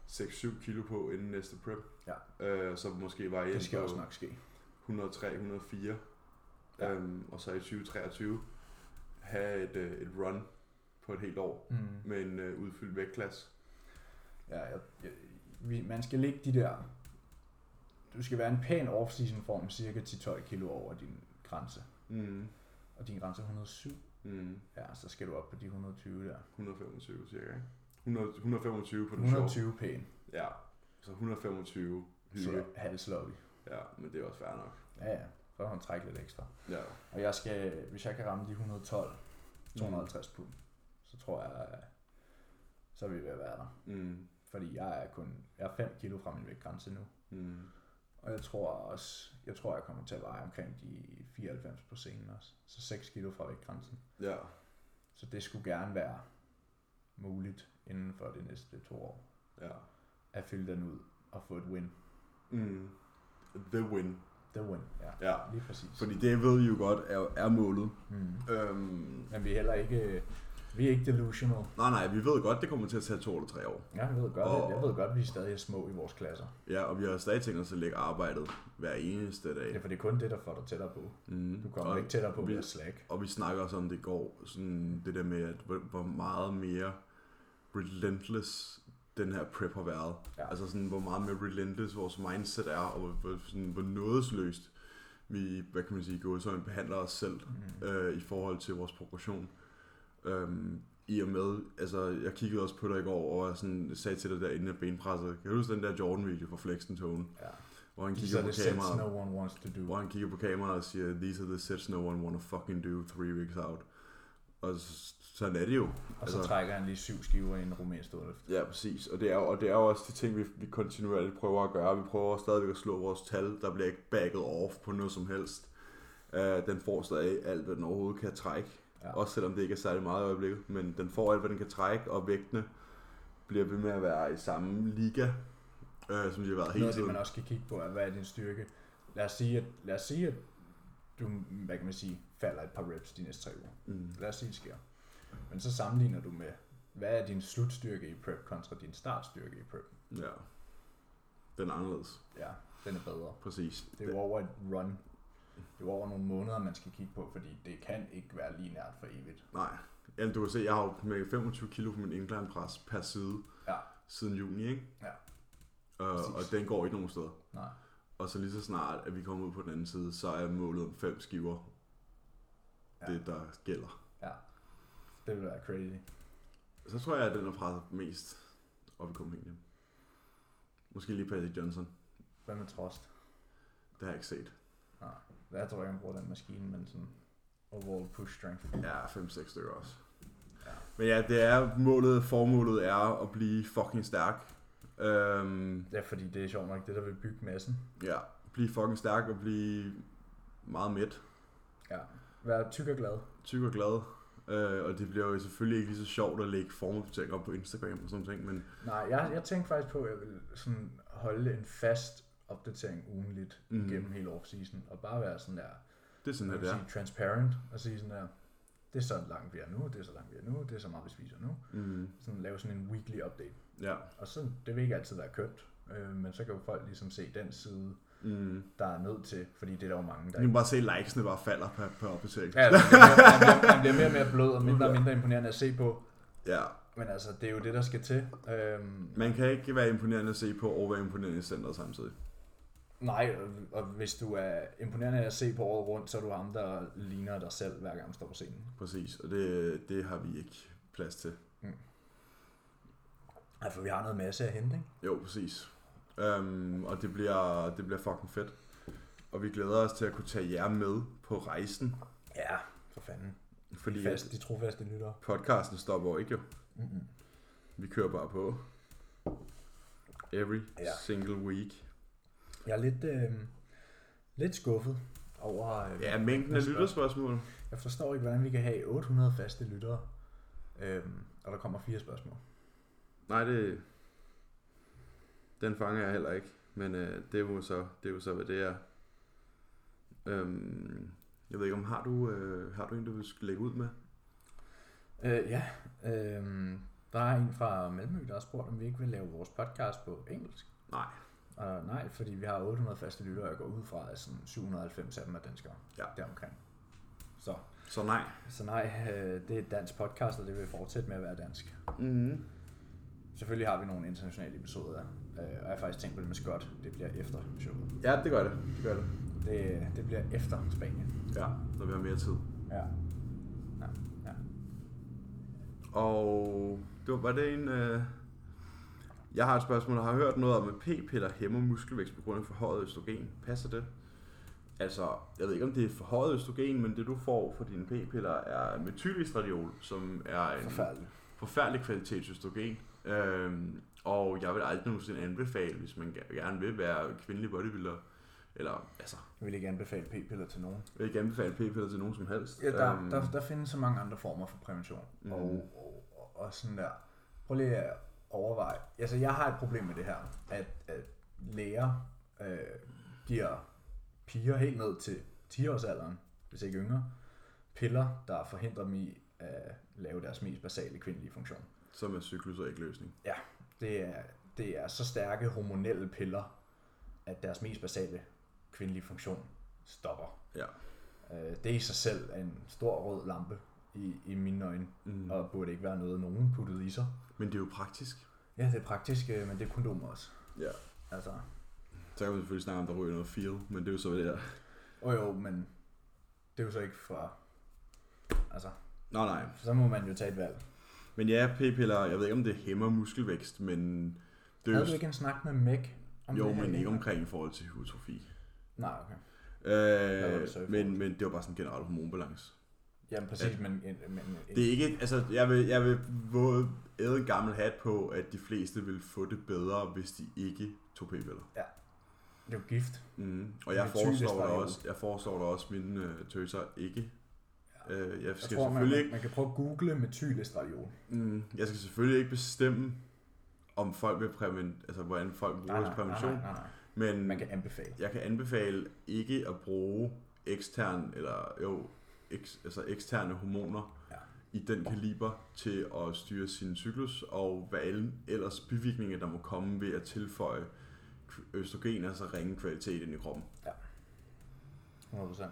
C: 6-7 kilo på inden næste prep.
A: Ja.
C: Øh, så måske var jeg
A: Det skal
C: inde
A: også
C: på
A: nok ske.
C: 103, 104.
A: Ja.
C: Ja. Øhm, og så i 2023 have et, øh, et run på et helt år
A: Mm.
C: med en øh, udfyldt vægtklasse.
A: Ja, jeg, jeg, vi, man skal ligge de der... Du skal være en pæn off-season form, cirka 10-12 kilo over din grænse.
C: Mm.
A: Og din grænse er 107.
C: Mm.
A: Ja, så skal du op på de 120 der.
C: 125 cirka, ikke? 100, 125 på den sjov.
A: 120 pæn.
C: Ja, så 125 hygge.
A: Så halvslobby.
C: Ja, men det er også fair nok.
A: Ja, ja. Så kan man trække lidt ekstra.
C: Ja.
A: Og jeg skal, hvis jeg kan ramme de 112, 250 pund, så tror jeg, øh, så vil vi ved at være der.
C: Mm.
A: Fordi jeg er kun, jeg er 5 kilo fra min vægtgrænse nu.
C: Mm.
A: Og jeg tror også, jeg tror jeg kommer til at veje omkring de 94 på scenen også. Så 6 kilo fra vægtgrænsen.
C: Ja.
A: Så det skulle gerne være muligt inden for de næste to år
C: Ja.
A: at fylde den ud og få et win.
C: Mm. The win.
A: The win, ja.
C: Ja.
A: Lige præcis.
C: Fordi det ved I jo godt er, er målet.
A: Mm.
C: Øhm,
A: Men vi er heller ikke, vi er ikke delusional.
C: nej, nej, vi ved godt, det kommer til at tage to eller tre år.
A: Jeg ved godt,
C: Og-
A: jeg ved godt, at vi stadig er små i vores klasser.
C: Ja, og vi har stadig tænkt os at lægge arbejdet hver eneste
A: Ja,
C: dag.
A: for det er kun det, der får dig tættere på.
C: Mm.
A: Du kommer
C: og,
A: ikke tættere på
C: vi-
A: ved at slække.
C: Og vi snakker også om, det går sådan det der med, at hvor, hvor meget mere relentless den her prep har været.
A: Ja.
C: Altså sådan, hvor meget mere relentless vores mindset er, og hvor, hvor, sådan, hvor nådesløst vi, hvad kan man sige, går så behandler os selv
A: Mm.
C: øh, i forhold til vores progression. Øhm, I og med, altså jeg kiggede også på dig i går, og jeg sådan, sagde til dig derinde af benpresset, kan du huske den der Jordan-video fra Flex and Tone,
A: Ja.
C: hvor han
A: These
C: kigger
A: are
C: på
A: the sets
C: kameraet,
A: no one wants to do.
C: hvor han kigger på kameraet og siger, these are the sets no one wanna fucking do three weeks out. Og så, sådan er det jo.
A: Og så
C: Altså-
A: trækker han lige syv skiver i en rumænsk dødløft.
C: Ja, præcis. Og det er jo, og det er jo også de ting, vi, vi kontinuerligt prøver at gøre. Vi prøver stadigvæk at slå vores tal. Der bliver ikke backet off på noget som helst. Uh, den får stadig alt, hvad den overhovedet kan trække.
A: Ja.
C: Ja. Også selvom det ikke er særlig meget i øjeblikket. Men den får alt, hvad den kan trække, og vægtene bliver ved med at være i samme liga, uh, som de har været
A: Noget
C: hele
A: af det,
C: tiden.
A: man også skal kigge på, er, hvad er din styrke? Lad os sige, at, lad os sige, at du, hvad kan man sige, falder et par reps de næste tre uger.
C: Mm.
A: Lad os sige, det sker. Men så sammenligner du med, hvad er din slutstyrke i prep kontra din startstyrke i prep?
C: Ja. Den er anderledes.
A: Ja, den er bedre.
C: Præcis.
A: Det er jo over et run. Det er jo over nogle måneder, man skal kigge på, fordi det kan ikke være lige nært for evigt.
C: Nej. Jamen, du kan se, jeg har jo med 25 kilo på min incline pres per side
A: Ja.
C: siden juni, ikke? Øh,
A: Ja.
C: Og, og
A: Præcis.
C: den går ikke nogen steder.
A: Nej.
C: Og så lige så snart, at vi kommer ud på den anden side, så er målet om fem skiver
A: Ja.
C: ja. det, der gælder.
A: Det vil være crazy.
C: Så tror jeg, at den er presset mest op i Copenhagen. Måske lige Patrick Johnson.
A: Hvad med trost?
C: Det har jeg ikke set.
A: Nej. Jeg tror ikke, han bruger den maskine, men sådan overall push strength.
C: Ja, 5-6 stykker også.
A: Ja.
C: Men ja, det er målet, formålet er at blive fucking stærk. Øhm,
A: Ja, fordi det er sjovt nok det, der vil bygge massen.
C: ja, blive fucking stærk og blive meget mæt.
A: Ja. Vær tyk og glad.
C: tyk og glad. Øh, og det bliver jo selvfølgelig ikke lige så sjovt at lægge formopdateringer op på Instagram og sådan ting, men
A: Nej, jeg, jeg tænkte faktisk på, at jeg ville sådan holde en fast opdatering ugenligt mm.
C: Mhm.
A: gennem hele off-season, og bare være sådan der,
C: det er sådan,
A: man
C: at
A: kan
C: det er.
A: sige, transparent, og sige sådan der, det er så langt vi er nu, det er så langt vi er nu, det er så meget vi spiser nu.
C: Mm,
A: Sådan lave sådan en weekly update.
C: ja.
A: Og så, det vil ikke altid være kønt, øh, men så kan jo folk ligesom se den side,
C: Mm.
A: der er nødt til, fordi det er der jo mange, der
C: Du kan bare se, at likesene bare falder på, på opdatering.
A: Ja, altså, han bliver- han bliver- han bliver mere og mere blød og mindre og mindre imponerende at se på.
C: ja.
A: Men altså, det er jo det, der skal til. Øhm,
C: Man kan ikke være imponerende at se på og være imponerende i centret samtidig.
A: nej, og- og hvis du er imponerende at se på året rundt, så er du ham, der ligner dig selv, hver gang du står på scenen.
C: Præcis, og det, det har vi ikke plads til.
A: Altså, vi har noget masse at hente, ikke?
C: Jo, præcis. Øhm, og det bliver, det bliver fucking fedt. Og vi glæder os til at kunne tage jer med på rejsen.
A: Ja, for fanden.
C: Fordi at
A: Fast, de trofaste lyttere.
C: podcasten stopper jo ikke jo.
A: Mm-hmm.
C: Vi kører bare på. Every
A: Ja.
C: ja. single week.
A: Jeg er lidt, øh, lidt skuffet over... Øh,
C: Ja, mængden af
A: spørg-
C: lytterspørgsmål.
A: Jeg forstår ikke, hvordan vi kan have 800 faste lyttere, øhm, og der kommer fire spørgsmål.
C: Nej, det... Den fanger jeg heller ikke. Men øh, det, er jo så, det er jo så, hvad det er. Øhm, jeg ved ikke, om har du, øh, har du en, du vil lægge ud med?
A: Øh, ja, øh, der er en fra Malmø, der har spurgt, om vi ikke vil lave vores podcast på engelsk.
C: Nej.
A: Og nej, fordi vi har 800 faste lyttere, og jeg går ud fra, at sådan 790 af dem er danskere.
C: Ja.
A: Deromkring. Så,
C: Så nej.
A: så nej, øh, det er et dansk podcast, og det vil fortsætte med at være dansk.
C: Mm-hmm.
A: Selvfølgelig har vi nogle internationale episoder, øh, og jeg har faktisk tænkt på det med Scott. Det bliver efter showet.
C: Ja, det gør det. Det gør det.
A: Det, det bliver efter Spanien.
C: Ja, når vi har mere tid.
A: Ja. ja.
C: Og det var, var det en... Øh... Jeg har et spørgsmål, der har hørt noget om, at p-piller hæmmer muskelvækst på grund af forhøjet østrogen. Passer det? Altså, jeg ved ikke, om det er forhøjet østrogen, men det du får for dine p-piller er metylestradiol, som er en
A: Forfærdeligt.
C: forfærdelig kvalitetsøstrogen. Øhm, og jeg vil aldrig nogensinde anbefale, hvis man ge- gerne vil være kvindelig bodybuilder, eller altså,
A: Jeg vil ikke anbefale p-piller til nogen.
C: jeg vil ikke anbefale p-piller til nogen som helst.
A: Ja, der,
C: Øhm,
A: der, der findes så mange andre former for prævention. Mm.
C: Mhm.
A: Og, og, og, og sådan der. Prøv lige at overveje. Altså, jeg har et problem med det her, at, at læger øh, giver piger helt ned til 10-årsalderen, hvis ikke yngre, piller, der forhindrer dem i at lave deres mest basale kvindelige funktion.
C: Som er cyklus og ægløsning.
A: Ja, det er, det er så stærke hormonelle piller, at deres mest basale kvindelige funktion stopper.
C: Ja.
A: Øh, det i sig selv er en stor rød lampe i, i mine øjne, mm. og burde ikke være noget, nogen puttede i sig.
C: Men det er jo praktisk.
A: Ja, det er praktisk, øh, men det er kondomer også.
C: Ja.
A: Altså,
C: Så kan man selvfølgelig snakke om, der ryger noget feel, men det er jo så, hvad det er.
A: og jo, men det er jo så ikke fra... Altså,
C: Nå nej.
A: så må man jo tage et valg.
C: Men ja, p-piller, jeg ved ikke, om det hæmmer muskelvækst, men det er
A: Havde du
C: jo,
A: ikke en snak med Mæk om øh,
C: jo
A: det her
C: men ikke
A: emne?
C: omkring i forhold til hypertrofi.
A: Nej, okay. var det så i
C: Øh,
A: forhold til?
C: men, men det var bare sådan en generel hormonbalance.
A: Jamen præcis, men, men, men øh,
C: Det er ikke, altså jeg vil, jeg vil våge æde en gammel hat på, at de fleste vil få det bedre, hvis de ikke tog p-piller.
A: det er jo gift.
C: Mm. Og jeg
A: Men
C: foreslår,
A: tydeligst
C: da
A: var det
C: også, jeg foreslår da også mine øh, tøser ikke. Øh, jeg
A: Jeg
C: skal
A: tror, man,
C: selvfølgelig ikke
A: man kan prøve at google metylestradiol.
C: Mm, jeg skal selvfølgelig ikke bestemme, om folk vil præven, altså hvordan folk bruger deres prævention,
A: nej, nej.
C: men
A: Man kan anbefale.
C: jeg kan anbefale ikke at bruge ekstern, eller jo, eks, altså eksterne hormoner
A: Ja.
C: i den kaliber til at styre sin cyklus, og hvad el- ellers bivirkninger, der må komme ved at tilføje k- østrogen, altså ringe kvalitet ind i kroppen.
A: 100%.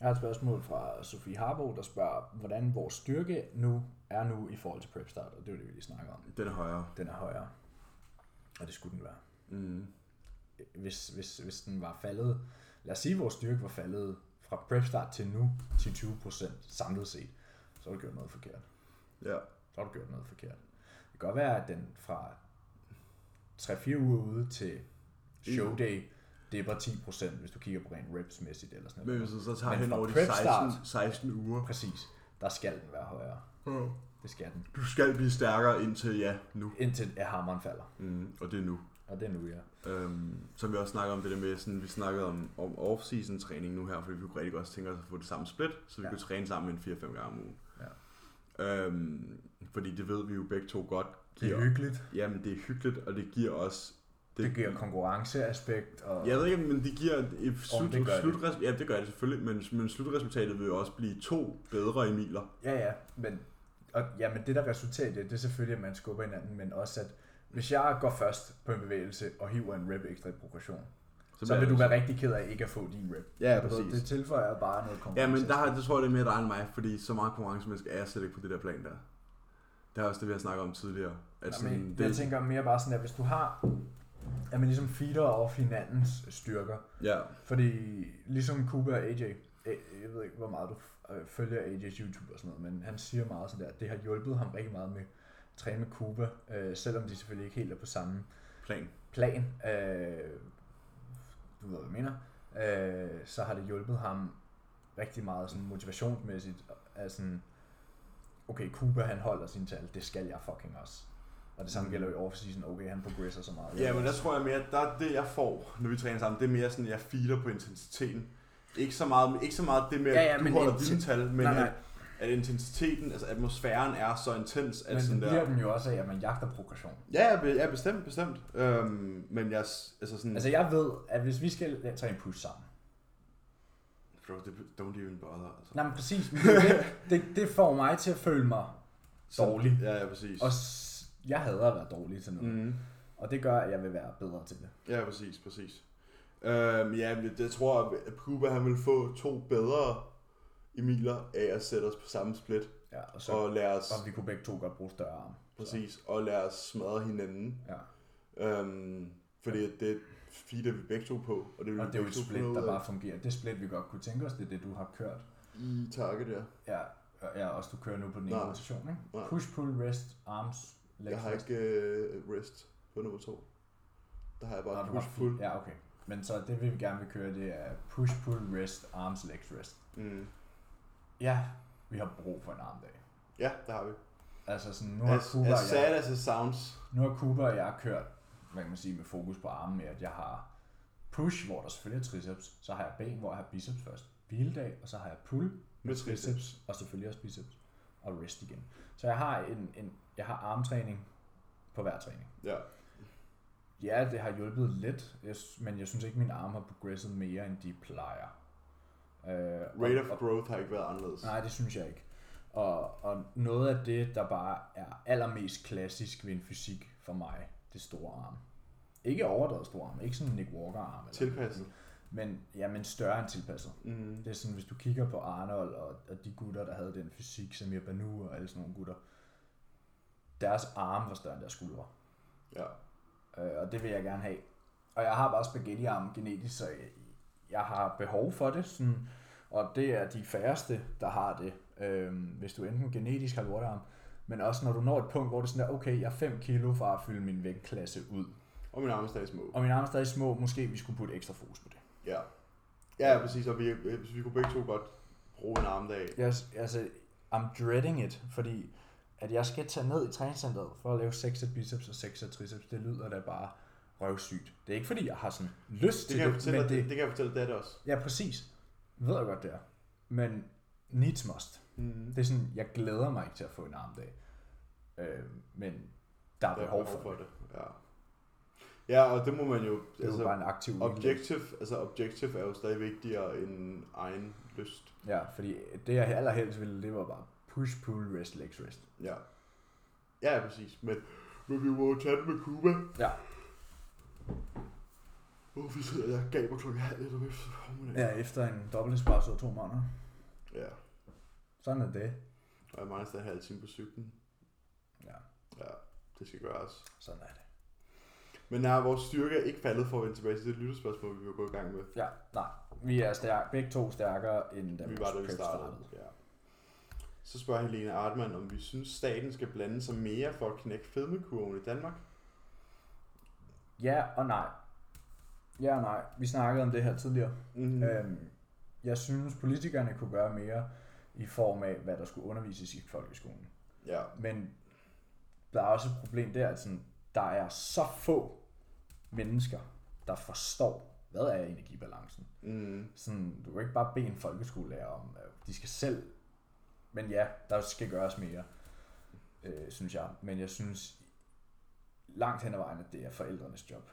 A: Jeg har et spørgsmål fra Sofie Harbo, der spørger, hvordan vores styrke nu er nu i forhold til prep start, og det er jo det, vi lige snakker om.
C: Den er højere.
A: Den er højere, og det skulle den være.
C: Mm.
A: Hvis, hvis, hvis den var faldet, lad os sige, at vores styrke var faldet fra prep start til nu til 20% samlet set, så har du gjort noget forkert.
C: Ja.
A: Så har du gjort noget forkert. Det kan godt være, at den fra 3-4 uger ude til showday, dipper 10%, hvis du kigger på rent reps-mæssigt eller sådan noget.
C: Men hvis du så tager
A: Men
C: hen
A: fra
C: over de
A: prep start-
C: 16, 16 uger,
A: Præcis. Der skal den være højere.
C: Mm.
A: Det skal den.
C: du skal blive stærkere indtil ja, nu.
A: Indtil at hammeren falder.
C: Mm, og det er nu.
A: Og det er nu, ja.
C: Øhm, som vi også snakker om det der med, sådan, vi snakkede om, om off-season træning nu her, fordi vi kunne rigtig godt tænke os at få det samme split, så vi
A: Ja.
C: ja. kunne træne sammen en 4-5 gange om ugen. Ja. Øhm, fordi det ved vi jo begge to godt. Giver,
A: hyggeligt.
C: jamen det er hyggeligt, og det giver os...
A: Det giver konkurrenceaspekt. Og...
C: Jeg ved ikke, men det giver... Et slut,
A: det
C: det
A: gør det.
C: slutresultat, ja, det gør det selvfølgelig, men, men slutresultatet vil jo også blive to bedre Emiler.
A: Ja, ja. Men, og, ja, men det, der resulterer i det, det er selvfølgelig, at man skubber hinanden, men også, at hvis jeg går først på en bevægelse og hiver en rep ekstra i progression, så, så
C: bliver
A: vil du
C: det-
A: være rigtig ked af ikke at få din rep.
C: Ja,
A: Du ved,
C: præcis.
A: Det tilføjer bare noget
C: Ja,
A: konkurrence.
C: men der har, det tror jeg, det er mere dig end mig, fordi så meget konkurrencemenneske er jeg slet ikke på det der plan der. Det er også det, vi har snakket om tidligere. At sådan,
A: Jamen,
C: det,
A: jeg tænker mere bare sådan, at hvis du har, at man ligesom feeder off hinandens styrker,
C: ja,
A: Fordi ligesom Cooper og AJ, øh, jeg ved ikke, hvor meget du øh, følger AJ's YouTube og sådan noget, men han siger meget sådan der, at det har hjulpet ham rigtig meget med at træne med Cooper, øh, selvom de selvfølgelig ikke helt er på samme
C: plan.
A: plan. Øh, du ved, hvad jeg mener. Øh, så har det hjulpet ham rigtig meget sådan motivationsmæssigt. At sådan, okay, Cooper han holder sine tal, det skal jeg fucking også. Og det samme gælder jo i offseason, okay, han progresser så meget.
C: Mm. Ja, men der tror jeg mere, der er det, jeg får, når vi træner sammen. Det er mere sådan, at jeg feeder på intensiteten. Ikke så meget, ikke så meget det med,
A: Ja, ja,
C: at du
A: men
C: holder
A: inten-
C: dine tal, men
A: Nej, nej.
C: At, at, intensiteten, altså atmosfæren er så intens, at
A: men
C: sådan
A: det bliver
C: der...
A: den jo også af, at man jagter progression.
C: Ja, ja, be- ja, bestemt, bestemt. Øhm, men jeg, s- altså sådan...
A: Altså jeg ved, at hvis vi skal tage en push sammen.
C: bro, det, don't even bother, altså.
A: Nej, men præcis. Men det, er jo det, det, det får mig til at føle mig dårlig.
C: Ja, ja, præcis.
A: Og s- jeg hader at være dårlig til noget. Mm.
C: mm.
A: Og det gør, at jeg vil være bedre til det.
C: Ja, præcis, præcis. Øhm, ja, men jeg tror, at Puba han vil få to bedre Emiler af at sætte os på samme split.
A: Ja, og så
C: Så. Og lade os,
A: og vi kunne begge to godt bruge større arm.
C: præcis, og lade os smadre hinanden.
A: Ja.
C: Øhm, fordi at det feeder vi begge to på. Og det,
B: Mm.
C: vil
A: Og
C: vi
A: det er jo
C: begge
A: et
C: to få
A: split,
C: noget
A: der
C: ud af
A: bare fungerer. Det split, vi godt kunne tænke os, det er det, du har kørt.
C: I takke der.
A: Ja, Ja, også du kører nu på den ene
B: Nej.
A: rotation, ikke?
B: Nej.
A: Push, pull, rest, arms, legs,
B: Jeg har
A: rest.
B: ikke øh, rest på nummer to. Der har jeg
A: Nå,
B: bare
A: du har
B: push
A: fi-
B: pull.
A: Ja, okay. Men så det vi gerne vil køre, det er push, pull, rest, arms, legs, rest.
B: Mm.
A: Ja, vi har brug for en armdag.
B: Ja, der har vi.
A: Altså sådan, nu har
B: As,
A: Cooper
B: as
A: og jeg,
B: sad as it sounds.
A: nu har Cooper og jeg kørt, hvad kan man sige, med fokus på armen med, at jeg har push, hvor der selvfølgelig er triceps, så har jeg ben, hvor jeg har biceps først, hviledag, og så har jeg pull,
B: Med
A: triceps, og selvfølgelig også biceps, og rest igen. Så jeg har en, en jeg har armtræning på hver træning.
B: Ja.
A: Ja, det har hjulpet lidt, jeg s- men jeg synes ikke, at mine arme har progresset mere, end de plejer. Øh, og-
B: Rate of
A: og-
B: growth har ikke været anderledes.
A: Nej, det synes jeg ikke. Og, og noget af det, der bare er allermest klassisk ved en fysik for mig, det er store arme. Ikke overdrevet store arme, ikke sådan en Nick Walker-arm. eller-
B: Tilpasset.
A: Men, ja, men større end tilpasset.
B: Mm.
A: Det er sådan, hvis du kigger på Arnold og, og de gutter, der havde den fysik, som jeg Banu og alle sådan nogle gutter, deres arme var større end deres skuldre.
B: Ja.
A: Øh, og det vil jeg gerne have. Og jeg har bare spaghettiarm genetisk, så jeg, jeg har behov for det. Sådan, og det er de færreste, der har det. Øh, hvis du enten genetisk har lortearm, men også når du når et punkt, hvor det er sådan der, okay, jeg er 5 kilo fra at fylde min vægtklasse ud.
B: Og min arme er stadig små.
A: Og mine arme er stadig små, måske vi skulle putte ekstra fokus på det.
B: Ja. Ja, ja, præcis. Og vi, øh, hvis vi kunne begge to godt bruge en armdag.
A: Jeg, altså, I'm dreading it, fordi at jeg skal tage ned i træningscenteret for at lave 6 af biceps og 6 af triceps, det lyder da bare røvsygt. Det er ikke fordi, jeg har sådan lyst
B: Det
A: til
B: kan, jeg
A: det,
B: fortælle,
A: men
B: dig- det, det kan jeg fortælle dig det også.
A: Ja, præcis. Ved jeg godt, det er. Men needs must.
B: Mm.
A: Det er sådan, jeg glæder mig ikke til at få en armdag. Øh, men der er
B: Der er
A: behov for det.
B: det. Ja. ja, og det må man jo... altså,
A: Det er jo bare en aktiv udvikling.
B: Objective, altså objective er jo stadig vigtigere end egen lyst.
A: Ja, fordi det jeg allerhelst ville, det var bare push, pull, rest, legs, rest.
B: Ja. Ja, ja, præcis. Men, men vi må jo tage det med Cuba.
A: Ja.
B: Åh, vi sidder jeg gaber klokken halv et om eftermiddagen.
A: Ja, efter en dobbelt espresso og to måneder.
B: Ja.
A: Sådan er det.
B: Og jeg mangler stadig en halv time på cyklen.
A: Ja,
B: Ja, det skal gøres.
A: sådan er det.
B: Men nej, vores styrke er ikke faldet for at vende tilbage til det lyttespørgsmål, vi var gået i gang med.
A: Ja, nej. Vi er stærk, begge to stærkere, end da
B: vi
A: vores
B: var da vi
A: prep
B: startede. Ja. Så spørger Helene Artmann, om vi synes, staten skal blande sig mere for at knække fedmekurven i Danmark.
A: Ja og nej. Ja og nej. Vi snakkede om det her tidligere.
B: Mm.
A: Øhm, jeg synes, politikerne kunne gøre mere i form af, hvad der skulle undervises i folkeskolen.
B: Ja,
A: Men der er også et problem der, at sådan, der er så få mennesker, der forstår, hvad er energibalancen.
B: mm.
A: Sådan, du kan ikke bare bede en folkeskolelærer om, at de skal selv. Men ja, der skal gøres mere, øh, synes jeg. Men jeg synes langt hen ad vejen, at det er forældrenes job.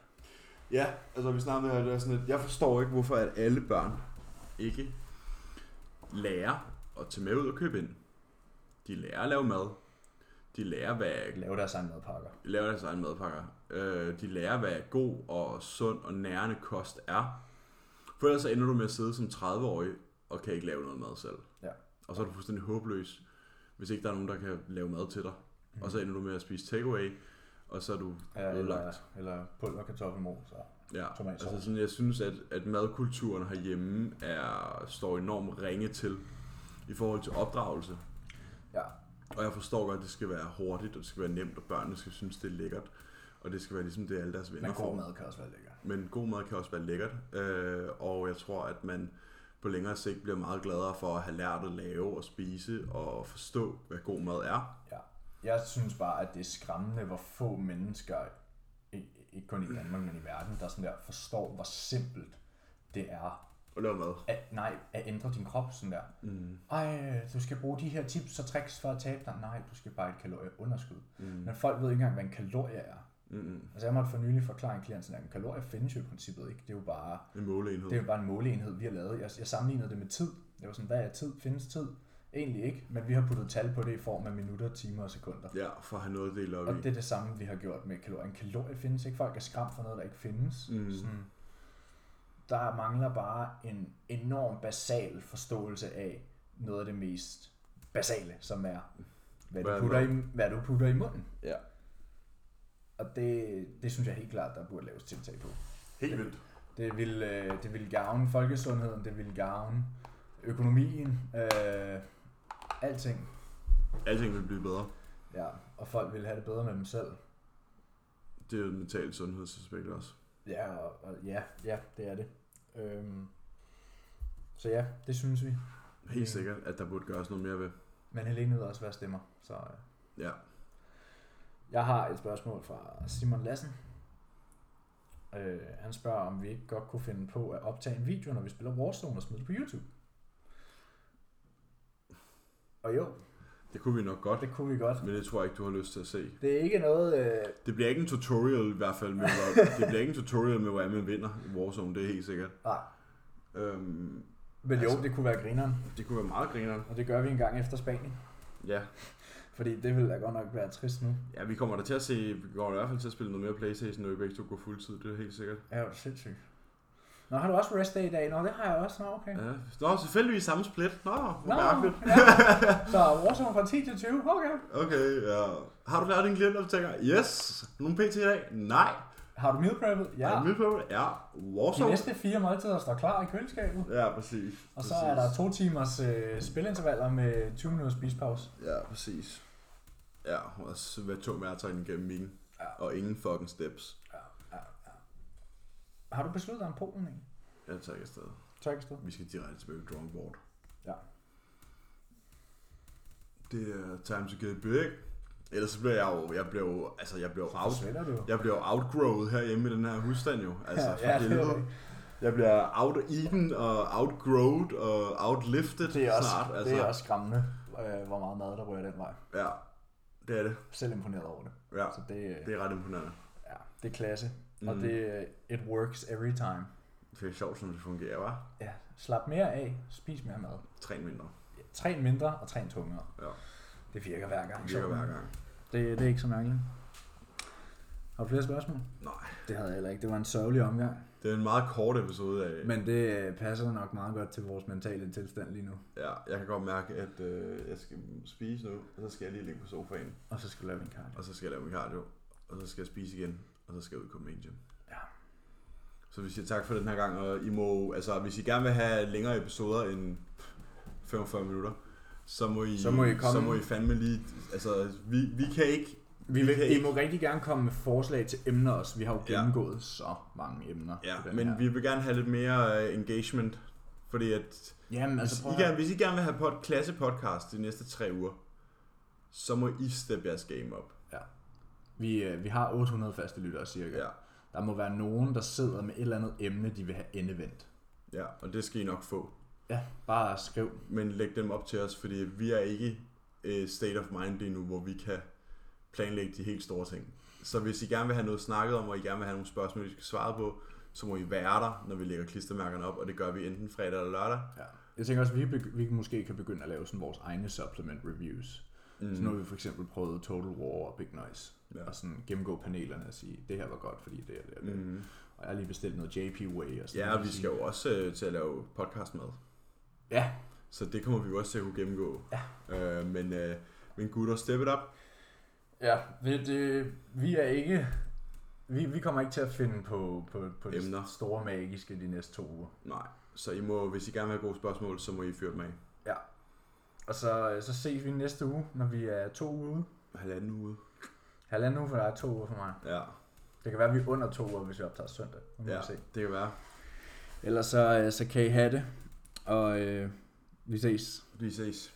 B: ja altså vi snakker om det her, det er sådan, at jeg forstår ikke, hvorfor at alle børn...
C: ikke lærer at tage med ud og købe ind. De lærer at lave mad. De lærer, hvad
A: Lave deres egen madpakker.
C: laver deres egen madpakker. Øh, de lærer, hvad god og sund og nærende kost er. For ellers så ender du med at sidde som 30-årig og kan ikke lave noget mad selv.
A: Ja.
C: Og så er du fuldstændig håbløs, hvis ikke der er nogen, der kan lave mad til dig. Mm. Og så ender du med at spise takeaway, og så er du
A: Mhm. Ja, eller,
C: ødelagt.
A: eller pulver, kartoffelmos og
C: Ja,
A: tomatsovs.
C: altså sådan, jeg synes, at, at madkulturen herhjemme er, står enormt ringe til i forhold til opdragelse.
A: Ja,
C: Og jeg forstår godt, at det skal være hurtigt, og det skal være nemt, og børnene skal synes, det er lækkert. Og det skal være ligesom det, alle deres venner
A: men
C: får.
A: god mad kan også være lækker.
C: Men god mad kan også være lækkert, øh, og jeg tror, at man på længere sigt bliver meget gladere for at have lært at lave og spise og forstå, hvad god mad er.
A: Ja. Jeg synes bare, at det er skræmmende, hvor få mennesker, i- ikke kun i Danmark, men i verden, der sådan der forstår, hvor simpelt det er
C: Og lave mad.
A: at, nej, at ændre din krop sådan der. Mm. Ej, du skal bruge de her tips og tricks for at tabe dig. Nej, du skal bare have et kalorieunderskud. Mm. Men folk ved ikke engang, hvad en kalorie er.
C: Mm-mm.
A: Altså jeg måtte for nylig forklare en klient sådan, at en kalorie findes jo i princippet ikke. Det er jo bare
C: En måleenhed.
A: Det er jo bare en måleenhed, vi har lavet. Jeg, jeg sammenlignede det med tid. Jeg var sådan, hvad er tid? Findes tid? Egentlig ikke, men vi har puttet tal på det i form af minutter, timer og sekunder.
C: Ja, for at have noget at dele op
A: Og
C: i.
A: det er det samme, vi har gjort med kalorier. En kalorie findes ikke. Folk er skræmt for noget, der ikke findes.
C: Mm.
A: Sådan, der mangler bare en enorm basal forståelse af noget af det mest basale, som er, hvad
C: Hvad
A: du
C: er
A: putter i, hvad du putter i munden.
C: Ja.
A: Og det, det synes jeg helt klart, der burde laves tiltag på.
B: Helt vildt.
A: Det vil, øh, det vil gavne folkesundheden, det vil gavne økonomien. Øh, Alting.
C: Alting vil blive bedre.
A: Ja, og folk ville have det bedre med dem selv.
C: Det er jo et mentalt sundhedsaspekt også.
A: Ja, og, og ja, ja, det er det. Øhm, så ja, det synes vi.
C: Helt sikkert, at der burde gøres noget mere ved.
A: Men Helene ved også, hvad stemmer. Så øh,
C: Ja.
A: jeg har et spørgsmål fra Simon Lassen. Øh, han spørger, om vi ikke godt kunne finde på at optage en video, når vi spiller Warzone og smide det på YouTube. Og jo,
C: Det kunne vi nok godt,
A: det kunne vi godt.
C: men det tror jeg ikke, du har lyst til at se.
A: Det er ikke noget... Øh,
C: Det bliver ikke en tutorial i hvert fald, med, hvor- det bliver ikke en tutorial med, hvordan man vinder i Warzone, det er helt sikkert.
A: nej,
C: Øhm,
A: men jo,
C: Altså-
A: det kunne være grineren.
C: det kunne være meget grineren.
A: Og det gør vi en gang efter Spanien.
C: Ja.
A: Fordi det ville da godt nok være trist nu.
C: ja, vi kommer da til at se, vi kommer i hvert fald til at spille noget mere Playstation, når vi begge to går fuldtid, det er helt sikkert.
A: Ja, det er sindssygt. Nå, har du også rest day i dag? Nå, det har jeg også. Nå, okay.
C: Ja. Nå, selvfølgelig samme split. Nå,
A: Nå, ja.
C: Øh, mærkeligt.
A: Så Warzone fra 10 til 20, okay.
C: Okay, ja. Har du lavet din klientoptækker? Yes. Nogle PT i dag? Nej.
A: Har du meal preppet? Ja.
C: Er du på det? Ja.
A: De
C: Warzone.
A: næste fire måltider står klar i køleskabet.
C: Ja, præcis.
A: Og så er der to timers øh, spilintervaller med 20 minutters spisepause.
C: Ja, præcis. Ja, og så være to med at trække gennem mine.
A: Ja.
C: Og ingen fucking steps.
A: Har du besluttet dig om Polen egentlig?
C: Jeg tager ikke afsted.
A: Tør ikke stå.
C: Vi skal direkte tilbage til drawing board.
A: Ja.
C: Det er time to get big. Ellers så bliver jeg jo, jeg bliver jo, altså jeg bliver jo out,
A: Forsvinder du?
C: jeg bliver jo outgrowet herhjemme i den her husstand jo. Altså, for
A: ja, det er
C: helvede.
A: det.
C: Jeg bliver out-eaten og outgrowed og outlifted
A: Det er også,
C: snart. Altså,
A: det er også skræmmende, øh, hvor meget mad der rører den vej.
C: Ja, det er det.
A: Selv imponeret over det.
C: Ja,
A: Så det, øh,
C: det er ret imponerende.
A: ja, det er klasse. Og
C: Mm.
A: det, øh, it works every time.
C: Det er sjovt, som det fungerer, hva'?
A: Ja, slap mere af, spis mere mad.
C: Træn mindre.
A: Træn mindre og træn tungere.
C: Ja.
A: Det virker hver gang.
C: Det virker hver gang.
A: Det, det er ikke så mærkeligt. Har du flere spørgsmål?
C: Nej.
A: Det havde jeg heller ikke. Det var en sørgelig omgang.
C: Det er en meget kort episode af...
A: Men det øh, passer nok meget godt til vores mentale tilstand lige nu.
C: Ja, jeg kan godt mærke, at øh, jeg skal spise nu, og så skal jeg lige ligge på sofaen,
A: Og så skal du lave din cardio.
C: og så skal jeg lave min cardio, og så skal jeg spise igen, og så skal jeg ud i Copenhagen.
A: Ja.
C: Så vi siger tak for den her gang, og I må, altså hvis I gerne vil have længere episoder end 45 minutter, så må I,
A: Så må I komme.
C: så må I fandme lige, altså vi, vi kan ikke,
A: Vi
C: Vi
A: vil,
C: kan
A: I
C: ikke-
A: må rigtig gerne komme med forslag til emner også. Vi har jo
C: Ja.
A: gennemgået så mange emner. på
C: ja,
A: den
C: men
A: her.
C: vi vil gerne have lidt mere øh, engagement, fordi at
A: Jamen, altså,
C: Hvis
A: prøv
C: I,
A: at-
C: gerne, hvis I gerne vil have pod, klasse podcast de næste tre uger, så må I step jeres game op.
A: vi, øh, vi har 800 faste lyttere cirka.
C: Ja.
A: Der må være nogen, der sidder med et eller andet emne, de vil have endevendt.
C: ja, og det skal I nok få.
A: Ja, bare skriv.
C: Men læg dem op til os, fordi vi er ikke øh, state of mind lige nu, hvor vi kan planlægge de helt store ting. Så hvis I gerne vil have noget snakket om, og I gerne vil have nogle spørgsmål, I skal svare på, så må I være der, når vi lægger klistermærkerne op, og det gør vi enten fredag eller lørdag.
A: Ja. Jeg tænker også, at vi, beg- vi måske kan begynde at lave sådan vores egne supplement reviews. Mm. Så nu har vi for eksempel prøvet Total War og Big Noise.
C: Ja.
A: Ja. Og sådan gennemgå panelerne og sige, det her var godt, fordi det er det. Og, det. Mm.
C: Mm.
A: og jeg har lige bestilt noget JP-Way og sådan
C: Ja,
A: noget.
C: og vi skal jo også øh, til at lave podcast med.
A: Ja,
C: Så det kommer vi jo også til at kunne gennemgå.
A: Ja.
C: Øh, men, øh, men gutter, step it up.
A: ja det, det, vi er ikke... Vi, vi kommer ikke til at finde på, på, på det
C: Emner.
A: store magiske de næste to uger.
C: Nej, så I må, hvis I gerne vil have gode spørgsmål, så må I fyre dem af.
A: Og så, så ses vi næste uge, når vi er to uger ude.
C: Halvanden uge.
A: Halvanden uge for dig, to uger for mig.
C: Ja,
A: Det kan være, at vi er under to uger, hvis vi optager søndag. Nu må
C: ja
A: vi se.
C: det kan være.
A: Ellers så, øh, så kan I have det, og øh, vi ses.
C: Vi ses.